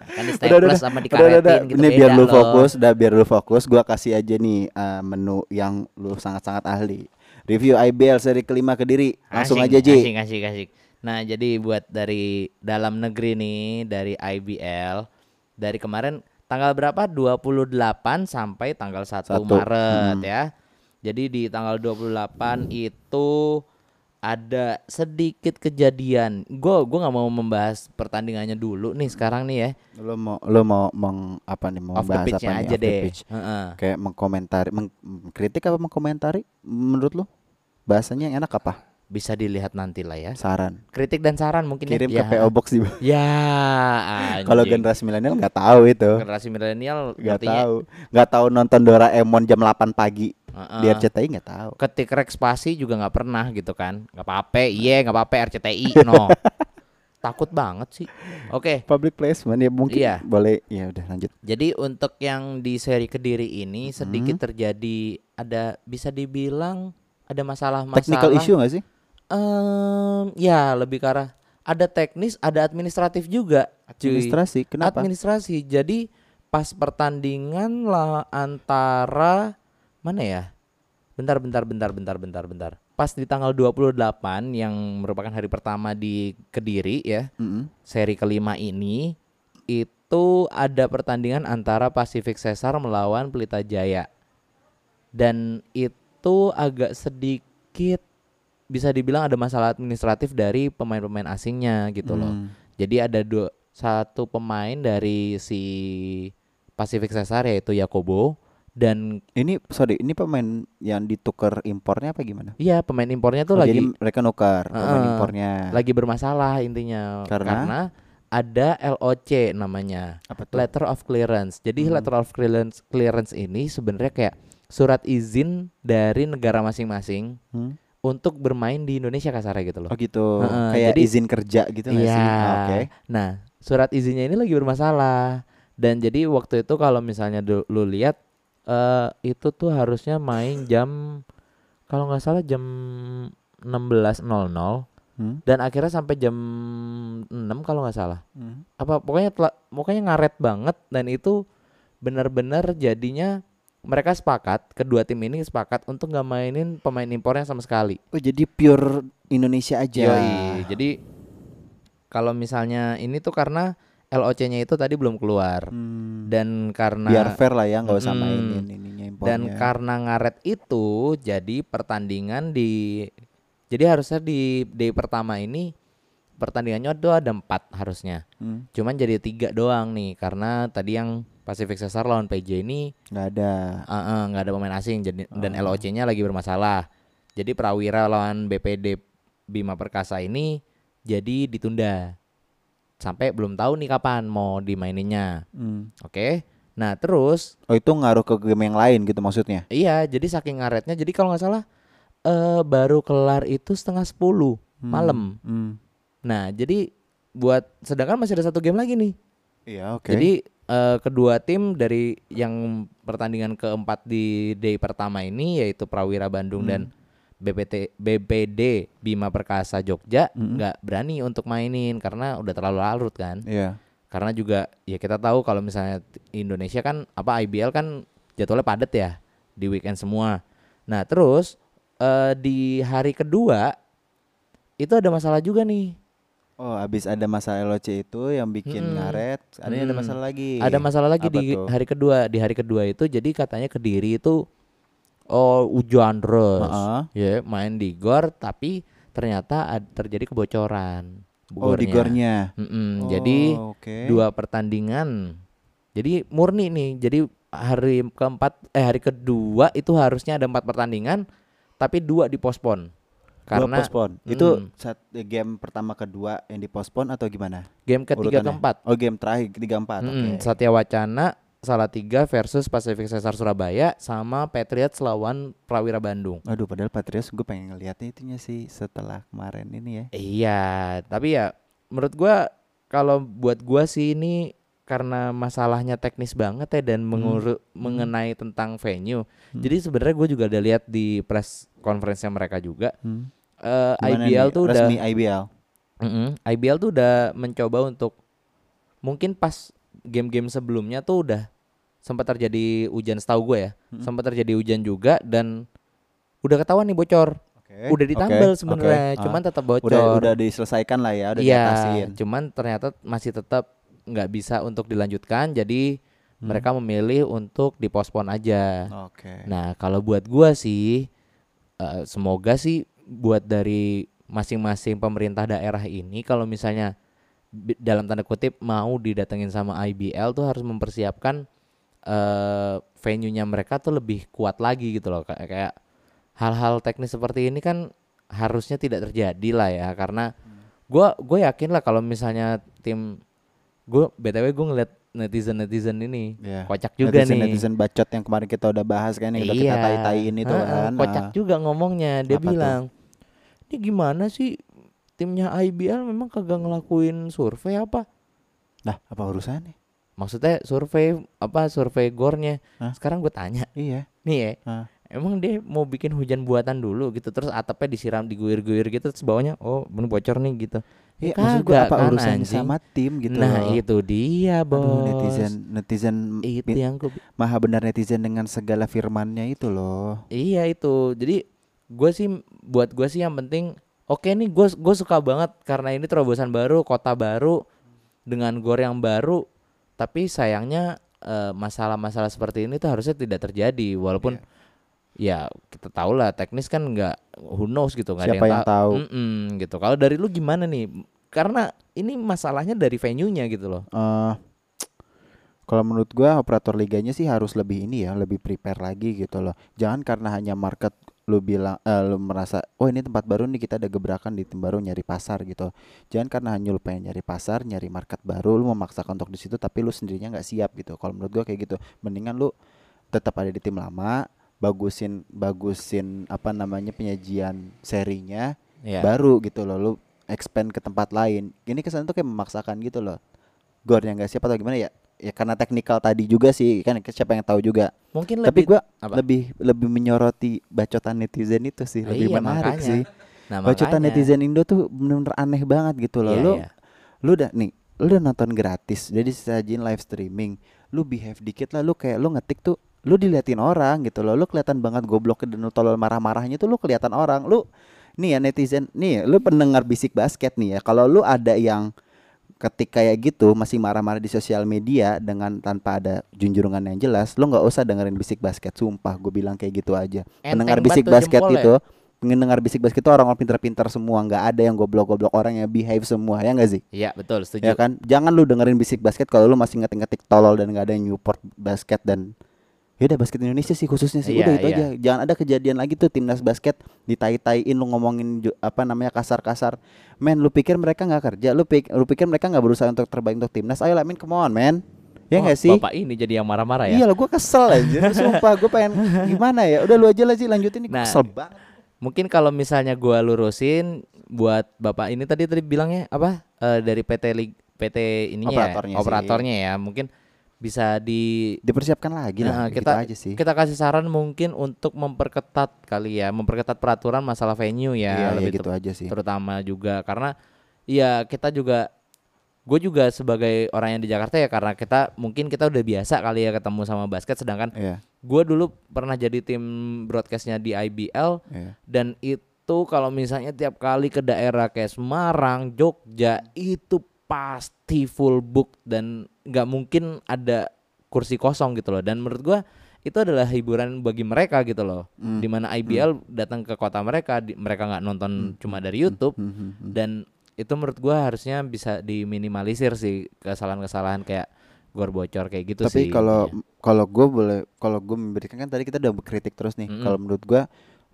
Speaker 1: Kan di staples sama dikaretin gitu
Speaker 2: Ini biar
Speaker 1: beda
Speaker 2: lu
Speaker 1: loh.
Speaker 2: fokus, udah biar lu fokus. Gua kasih aja nih eh, menu yang lu sangat-sangat ahli. Review IBL seri kelima Kediri. Langsung
Speaker 1: Asik,
Speaker 2: aja, Ji.
Speaker 1: Asik, asik, asik. Nah, jadi buat dari dalam negeri nih dari IBL dari kemarin tanggal berapa? 28 sampai tanggal 1
Speaker 2: Satu. Hmm.
Speaker 1: Maret ya. Jadi di tanggal 28 itu ada sedikit kejadian. Gue gua nggak mau membahas pertandingannya dulu nih sekarang nih ya.
Speaker 2: Lo mau lo mau meng apa nih mau
Speaker 1: off the
Speaker 2: Oh, bahas apa
Speaker 1: pitch-nya
Speaker 2: nih
Speaker 1: aja
Speaker 2: off the
Speaker 1: deh.
Speaker 2: pitch?
Speaker 1: Heeh.
Speaker 2: Kayak mengkomentari, meng- mengkritik apa mengkomentari menurut lo? Bahasanya yang enak apa?
Speaker 1: bisa dilihat nanti lah ya.
Speaker 2: Saran.
Speaker 1: Kritik dan saran mungkin
Speaker 2: Kirim
Speaker 1: ya.
Speaker 2: ke PO Box di bawah.
Speaker 1: Ya,
Speaker 2: Kalau
Speaker 1: anjing.
Speaker 2: generasi milenial nggak tahu itu.
Speaker 1: generasi milenial
Speaker 2: Nggak
Speaker 1: ngertinya,
Speaker 2: tahu. Nggak tahu nonton Doraemon jam 8 pagi
Speaker 1: uh-uh.
Speaker 2: di RCTI nggak tahu.
Speaker 1: ketik rekspasi juga nggak pernah gitu kan nggak apa-apa iya nggak apa-apa
Speaker 2: [LAUGHS]
Speaker 1: RCTI no takut banget sih oke
Speaker 2: Public placement ya mungkin
Speaker 1: Iya.
Speaker 2: boleh. Ya udah lanjut.
Speaker 1: jadi untuk yang di seri kediri ini sedikit terjadi ada bisa dibilang ada masalah-masalah
Speaker 2: Technical issue nggak sih?
Speaker 1: Em, ya lebih ke arah ada teknis ada administratif juga cuy.
Speaker 2: Administrasi. Kenapa?
Speaker 1: administrasi jadi pas pertandingan lah antara mana ya bentar bentar bentar bentar bentar bentar pas di tanggal 28 yang merupakan hari pertama di Kediri ya
Speaker 2: Mm-mm.
Speaker 1: seri kelima ini itu ada pertandingan antara Pacific Cesar melawan Pelita Jaya dan itu agak sedikit bisa dibilang ada masalah administratif dari pemain-pemain asingnya gitu loh
Speaker 2: Hmm.
Speaker 1: jadi ada dua satu pemain dari si Pacific Cesar yaitu Yakobo dan
Speaker 2: Ini sorry, ini pemain yang ditukar impornya apa gimana?
Speaker 1: iya pemain impornya tuh
Speaker 2: Oh,
Speaker 1: lagi
Speaker 2: Jadi mereka nuker pemain
Speaker 1: Heeh.
Speaker 2: impornya.
Speaker 1: lagi bermasalah intinya
Speaker 2: Karena?
Speaker 1: ada LOC namanya
Speaker 2: Apa tuh? Hmm.
Speaker 1: letter of clearance. Jadi letter of clearance clearance ini sebenarnya kayak surat izin dari negara masing-masing
Speaker 2: Hmm?
Speaker 1: untuk bermain di Indonesia kasarnya gitu loh.
Speaker 2: Oh gitu.
Speaker 1: Heeh,
Speaker 2: Kayak
Speaker 1: jadi-
Speaker 2: izin kerja gitu nggak sih? Ah, Oke.
Speaker 1: Iya. Nah, surat izinnya ini lagi bermasalah. Dan jadi waktu itu kalau misalnya du- lu lihat eh itu tuh harusnya main jam kalau nggak salah jam 16.00
Speaker 2: Hmm?
Speaker 1: dan akhirnya sampai jam 6 kalau nggak salah.
Speaker 2: Hmm.
Speaker 1: apa pokoknya telah, pokoknya ngaret banget dan itu benar-benar jadinya mereka sepakat kedua tim ini sepakat untuk nggak mainin pemain impornya sama sekali.
Speaker 2: Oh jadi pure Indonesia aja.
Speaker 1: Yoi. Jadi kalau misalnya ini tuh karena LOC-nya itu tadi belum keluar
Speaker 2: Hmm.
Speaker 1: dan karena
Speaker 2: Biar fair lah ya, nggak usah
Speaker 1: Mm-mm.
Speaker 2: mainin ininya impornya.
Speaker 1: dan karena ngaret itu jadi pertandingan di jadi harusnya di day pertama ini pertandingannya tuh ada empat harusnya.
Speaker 2: Hmm,
Speaker 1: Cuman jadi tiga doang nih karena tadi yang Pacific Cesar lawan PJ ini
Speaker 2: nggak ada.
Speaker 1: eh, eh, nggak ada pemain asing jadi dan LOC-nya lagi bermasalah. Jadi Prawira lawan BPD Bima Perkasa ini jadi ditunda sampai belum tahu nih kapan mau dimaininnya.
Speaker 2: Hmm.
Speaker 1: Oke. Nah, terus
Speaker 2: Oh itu ngaruh ke game yang lain gitu maksudnya?
Speaker 1: iya jadi saking ngaretnya jadi kalau nggak salah eh baru kelar itu setengah sepuluh
Speaker 2: Hmm.
Speaker 1: malam.
Speaker 2: Hmm.
Speaker 1: Nah, jadi buat sedangkan masih ada satu game lagi nih.
Speaker 2: Iya oke.
Speaker 1: Jadi eh, kedua tim dari yang pertandingan keempat di day pertama ini yaitu Prawira Bandung dan
Speaker 2: Hmm.
Speaker 1: BPT BPD Bima Perkasa Jogja
Speaker 2: Hmm.
Speaker 1: nggak berani untuk mainin karena udah terlalu larut kan.
Speaker 2: Iya.
Speaker 1: Karena juga ya kita tahu kalau misalnya t- Indonesia kan apa IBL kan jadwalnya padat ya di weekend semua. Nah, terus eh, di hari kedua itu ada masalah juga nih.
Speaker 2: Oh abis ada masalah LOC itu yang bikin
Speaker 1: Mm-mm.
Speaker 2: ngaret. Ada Hmm. ada
Speaker 1: Mm-mm.
Speaker 2: masalah lagi.
Speaker 1: Ada masalah lagi
Speaker 2: Iya. Apa
Speaker 1: di
Speaker 2: tuh?
Speaker 1: hari kedua. Di hari kedua itu jadi katanya Kediri itu oh hujan terus.
Speaker 2: Heeh.
Speaker 1: Ya, main di gor tapi ternyata ad- terjadi kebocoran.
Speaker 2: Oh di gornya.
Speaker 1: Mm-mm,
Speaker 2: Oh,
Speaker 1: Jadi
Speaker 2: oke.
Speaker 1: dua pertandingan. Jadi murni nih. Jadi hari keempat eh hari kedua itu harusnya ada empat pertandingan tapi dua dipospon.
Speaker 2: Dua
Speaker 1: Karena
Speaker 2: postpone.
Speaker 1: Mm.
Speaker 2: Itu saat game pertama kedua yang dipospon atau gimana?
Speaker 1: game ketiga
Speaker 2: Urutannya?
Speaker 1: keempat
Speaker 2: Oh game terakhir ketiga empat.
Speaker 1: Mm-mm,
Speaker 2: Oke.
Speaker 1: Satya Wacana Salatiga versus Pacific Cesar Surabaya sama Patriots lawan Prawira Bandung.
Speaker 2: Aduh padahal Patrias gue pengen ngeliatnya itunya sih setelah kemarin ini ya.
Speaker 1: Iya, tapi ya menurut gua kalau buat gua sih ini karena masalahnya teknis banget ya dan menguru- mengenai tentang venue. Jadi sebenarnya gue juga udah lihat di press conference-nya mereka juga
Speaker 2: Hmm.
Speaker 1: eh,
Speaker 2: Gimana
Speaker 1: IBL
Speaker 2: nih?
Speaker 1: tuh udah
Speaker 2: resmi IBL.
Speaker 1: Mm-mm, IBL tuh udah mencoba untuk mungkin pas game-game sebelumnya tuh udah sempat terjadi hujan setahu gue ya. Sempat terjadi hujan juga dan udah ketahuan nih bocor.
Speaker 2: Oke.
Speaker 1: udah
Speaker 2: oke,
Speaker 1: ditambal
Speaker 2: Eh, oke.
Speaker 1: sebenarnya,
Speaker 2: Ah,
Speaker 1: cuman tetap bocor.
Speaker 2: udah udah diselesaikan lah ya, udah
Speaker 1: Iya,
Speaker 2: diatasin.
Speaker 1: cuman ternyata masih tetap nggak bisa untuk dilanjutkan. Jadi
Speaker 2: Hmm.
Speaker 1: mereka memilih untuk dipospon aja.
Speaker 2: Oke.
Speaker 1: Nah, kalau buat gua sih eh, semoga sih buat dari masing-masing pemerintah daerah ini kalau misalnya bi- dalam tanda kutip mau didatengin sama IBL tuh harus mempersiapkan eh venue-nya mereka tuh lebih kuat lagi gitu loh Kay- kayak hal-hal teknis seperti ini kan harusnya tidak terjadi lah ya karena
Speaker 2: Hmm.
Speaker 1: gua gue yakin lah kalau misalnya tim gue btw gue ngeliat netizen netizen ini
Speaker 2: Iya.
Speaker 1: kocak juga
Speaker 2: netizen,
Speaker 1: nih
Speaker 2: Netizen bacot yang kemarin kita udah bahas kan yang udah kita tai-taiin itu
Speaker 1: Iya. Heeh,
Speaker 2: kan.
Speaker 1: Kocak
Speaker 2: Ah.
Speaker 1: juga ngomongnya. Dia
Speaker 2: Apa tuh?
Speaker 1: bilang, "Ini gimana sih timnya IBL memang kagak ngelakuin survei apa?"
Speaker 2: Lah, apa urusannya?
Speaker 1: Maksudnya survei apa survei gornya.
Speaker 2: Hah?
Speaker 1: Sekarang gue tanya,
Speaker 2: Iya.
Speaker 1: nih ya.
Speaker 2: Hah.
Speaker 1: Emang dia mau bikin hujan buatan dulu gitu terus atapnya disiram diguyur-guyur gitu terus bawahnya oh bener bocor nih gitu.
Speaker 2: Iya,
Speaker 1: Ya
Speaker 2: maksud gua
Speaker 1: kagak
Speaker 2: apa
Speaker 1: kan,
Speaker 2: urusannya
Speaker 1: anjing.
Speaker 2: sama tim gitu.
Speaker 1: Nah,
Speaker 2: loh.
Speaker 1: itu dia, Bos.
Speaker 2: Aduh, netizen netizen
Speaker 1: itu
Speaker 2: bi-
Speaker 1: yang gue
Speaker 2: maha benar netizen dengan segala firmannya itu loh.
Speaker 1: Iya itu. Jadi gue sih buat gue sih yang penting oke nih gue gue suka banget karena ini terobosan baru kota baru dengan gor yang baru. Tapi sayangnya eh, masalah-masalah seperti ini tuh harusnya tidak terjadi walaupun ya kita tahu lah teknis kan nggak who knows gitu nggak ada
Speaker 2: Iya. Siapa yang tahu?
Speaker 1: Mm-mm, gitu. Kalau dari lu gimana nih? Karena ini masalahnya dari venue-nya gitu loh.
Speaker 2: Eh, kalau menurut gua operator liganya sih harus lebih ini ya, lebih prepare lagi gitu loh. Jangan karena hanya market lu bilang eh, lu merasa oh ini tempat baru nih kita ada gebrakan di tim baru nyari pasar gitu. Jangan karena hanya lu pengen nyari pasar, nyari market baru lu memaksakan untuk di situ tapi lu sendirinya nggak siap gitu. Kalau menurut gua kayak gitu, mendingan lu tetap ada di tim lama, bagusin bagusin apa namanya penyajian serinya
Speaker 1: Iya.
Speaker 2: baru gitu loh lu expand ke tempat lain ini kesan tuh kayak memaksakan gitu loh gor yang gak siapa atau gimana ya ya karena teknikal tadi juga sih kan siapa yang tahu juga
Speaker 1: Mungkin
Speaker 2: tapi
Speaker 1: lebih
Speaker 2: gua
Speaker 1: apa?
Speaker 2: lebih lebih menyoroti bacotan netizen itu sih
Speaker 1: Ah,
Speaker 2: lebih
Speaker 1: iya,
Speaker 2: menarik
Speaker 1: makanya.
Speaker 2: sih
Speaker 1: Nah,
Speaker 2: bacotan
Speaker 1: makanya.
Speaker 2: netizen Indo tuh bener-bener aneh banget gitu loh
Speaker 1: Iya,
Speaker 2: lu
Speaker 1: iya.
Speaker 2: lu udah nih lu udah nonton gratis jadi sajiin live streaming lu behave dikit lah lu kayak lu ngetik tuh lu diliatin orang gitu loh lu kelihatan banget goblok dan lu tolol marah-marahnya tuh lu kelihatan orang lu nih ya netizen nih lu pendengar bisik basket nih ya kalau lu ada yang ketika kayak gitu masih marah-marah di sosial media dengan tanpa ada junjungan yang jelas lu nggak usah dengerin bisik basket sumpah gue bilang kayak gitu aja
Speaker 1: Enteng
Speaker 2: pendengar
Speaker 1: banget
Speaker 2: bisik
Speaker 1: tuh
Speaker 2: basket
Speaker 1: jempol ya.
Speaker 2: itu pendengar bisik basket itu orang-orang pinter-pinter semua nggak ada yang goblok-goblok orang yang behave semua ya nggak sih
Speaker 1: Iya, betul, setuju.
Speaker 2: ya kan jangan lu dengerin bisik basket kalau lu masih ngetik-ngetik tolol dan nggak ada yang support basket dan yaudah basket Indonesia sih khususnya sih
Speaker 1: Iya,
Speaker 2: udah itu
Speaker 1: iya.
Speaker 2: aja jangan ada kejadian lagi tuh timnas basket ditai-taiin lu ngomongin ju- apa namanya kasar-kasar men lu pikir mereka nggak kerja lu, pik- lu pikir mereka nggak berusaha untuk terbaik untuk timnas ayo lah men come on men ya
Speaker 1: Wah,
Speaker 2: nggak sih
Speaker 1: Oh, Bapak ini jadi yang marah-marah ya.
Speaker 2: Iya lah gue kesel
Speaker 1: [LAUGHS]
Speaker 2: aja Sumpah gue pengen gimana ya Udah lu aja lah sih lanjutin ini gua
Speaker 1: Nah,
Speaker 2: Kesel banget
Speaker 1: Mungkin kalau misalnya gua lurusin buat Bapak ini tadi tadi bilangnya apa? Eh, dari PT Lig PT ininya ya,
Speaker 2: Operatornya sih.
Speaker 1: operatornya ya. Mungkin bisa di
Speaker 2: Dipersiapkan lagi
Speaker 1: Nah,
Speaker 2: lah gitu
Speaker 1: kita
Speaker 2: aja sih
Speaker 1: kita kasih saran mungkin untuk memperketat kali ya, memperketat peraturan masalah venue
Speaker 2: Iya
Speaker 1: ya,
Speaker 2: ya,
Speaker 1: lebih
Speaker 2: gitu aja sih
Speaker 1: terutama juga karena ya kita juga gue juga sebagai orang yang di Jakarta ya karena kita mungkin kita udah biasa kali ya ketemu sama basket sedangkan
Speaker 2: Iya
Speaker 1: gue dulu pernah jadi tim broadcastnya di IBL
Speaker 2: iya.
Speaker 1: dan itu kalau misalnya tiap kali ke daerah kayak Semarang, Jogja itu pasti full book dan nggak mungkin ada kursi kosong gitu loh. Dan menurut gua itu adalah hiburan bagi mereka gitu loh.
Speaker 2: Hmm.
Speaker 1: Dimana IBL datang ke kota mereka, di- mereka nggak
Speaker 2: Hmm.
Speaker 1: nonton cuma dari YouTube
Speaker 2: Mhm.
Speaker 1: dan itu menurut gua harusnya bisa diminimalisir sih kesalahan-kesalahan kayak gor bocor kayak gitu sih.
Speaker 2: tapi kalau
Speaker 1: intinya.
Speaker 2: kalau gue boleh kalau gue memberikan kan tadi kita udah kritik terus nih
Speaker 1: Mm-mm.
Speaker 2: kalau menurut gue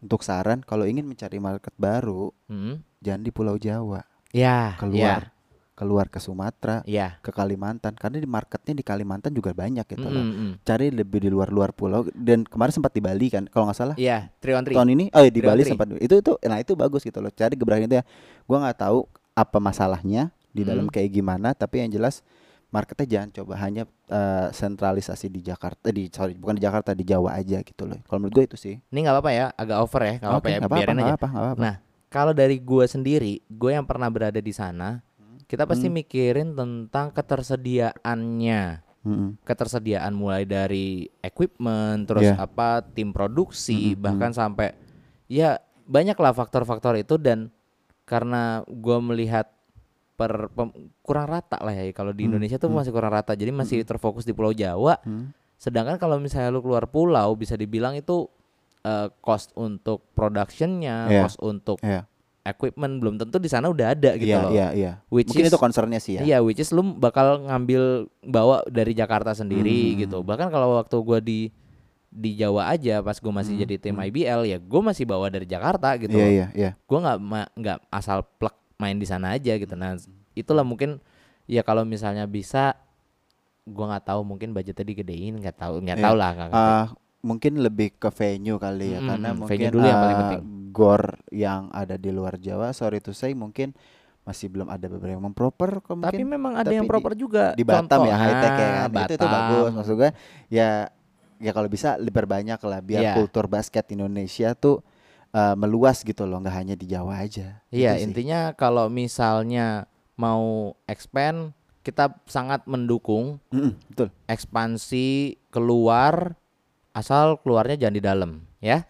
Speaker 2: untuk saran kalau ingin mencari market baru
Speaker 1: Mm.
Speaker 2: jangan di Pulau Jawa
Speaker 1: ya
Speaker 2: keluar keluar ke Sumatera
Speaker 1: ya, ya.
Speaker 2: ke Kalimantan karena di marketnya di Kalimantan juga banyak gitu loh
Speaker 1: Mm, mm, mm.
Speaker 2: cari lebih di luar-luar pulau dan kemarin sempat di Bali kan kalau nggak salah
Speaker 1: Iya, three on three.
Speaker 2: tahun ini oh ya, di
Speaker 1: Three on
Speaker 2: Bali
Speaker 1: three.
Speaker 2: sempat itu itu nah itu bagus gitu loh cari gebrakan itu ya gue nggak tahu apa masalahnya di dalam
Speaker 1: Hmm.
Speaker 2: kayak gimana tapi yang jelas marketnya jangan coba hanya eh, sentralisasi di Jakarta eh, di sorry bukan di Jakarta di Jawa aja gitu loh kalau menurut gue itu sih
Speaker 1: Ini nggak apa-apa ya, agak over ya, nggak apa-apa
Speaker 2: Oke,
Speaker 1: ya,
Speaker 2: nggak
Speaker 1: biarin aja.
Speaker 2: nggak apa nggak apa
Speaker 1: Nah, kalau dari gue sendiri, gue yang pernah berada di sana, kita pasti
Speaker 2: Hmm.
Speaker 1: mikirin tentang ketersediaannya,
Speaker 2: Mm-mm.
Speaker 1: ketersediaan mulai dari equipment, terus
Speaker 2: Iya. Hmm,
Speaker 1: apa tim produksi,
Speaker 2: Mm-mm,
Speaker 1: bahkan sampai ya banyaklah faktor-faktor itu dan karena gue melihat per pem- kurang rata lah ya kalau di
Speaker 2: Hmm,
Speaker 1: Indonesia tuh
Speaker 2: hmm.
Speaker 1: masih kurang rata, jadi masih terfokus di Pulau Jawa.
Speaker 2: Hmm.
Speaker 1: Sedangkan kalau misalnya lu keluar pulau bisa dibilang itu eh, cost untuk productionnya,
Speaker 2: Iya.
Speaker 1: cost untuk
Speaker 2: Iya.
Speaker 1: equipment belum tentu di sana udah ada gitu
Speaker 2: iya
Speaker 1: loh.
Speaker 2: iya iya
Speaker 1: Which
Speaker 2: mungkin
Speaker 1: is-
Speaker 2: itu concernnya sih ya
Speaker 1: Iya, which is lu bakal ngambil bawa dari Jakarta sendiri
Speaker 2: Hmm.
Speaker 1: gitu. Bahkan kalau waktu gua di di Jawa aja pas gue masih jadi tim IBL ya gue masih bawa dari Jakarta gitu.
Speaker 2: Hmm.
Speaker 1: loh.
Speaker 2: Iya iya iya.
Speaker 1: Gue nggak ma- nggak asal plek main di sana aja gitu. Nah
Speaker 2: Hmm.
Speaker 1: itulah mungkin ya kalau misalnya bisa gue nggak tahu mungkin budgetnya digedein nggak tahu nggak
Speaker 2: Iya.
Speaker 1: tahu lah nggak ngerti.
Speaker 2: Ah, mungkin lebih ke venue kali ya
Speaker 1: Mm,
Speaker 2: karena
Speaker 1: mm, Hmm. venue
Speaker 2: mungkin
Speaker 1: dulu yang paling
Speaker 2: ah,
Speaker 1: penting.
Speaker 2: gor yang ada di luar Jawa sorry to say mungkin masih belum ada beberapa yang proper kok
Speaker 1: Tapi
Speaker 2: mungkin
Speaker 1: memang ada
Speaker 2: tapi
Speaker 1: yang
Speaker 2: di-
Speaker 1: proper juga.
Speaker 2: di Batam
Speaker 1: Contoh,
Speaker 2: ya high tech ya
Speaker 1: ah,
Speaker 2: kan itu itu
Speaker 1: Batam.
Speaker 2: bagus maksud gue ya ya kalau bisa diperbanyak lah biar
Speaker 1: Iya.
Speaker 2: kultur basket Indonesia tuh eh, meluas gitu loh nggak hanya di Jawa aja
Speaker 1: Iya,
Speaker 2: Gitu sih.
Speaker 1: intinya kalau misalnya mau expand, kita sangat mendukung
Speaker 2: Mm-mm, betul
Speaker 1: Eh. ekspansi keluar asal keluarnya jangan di dalam, ya.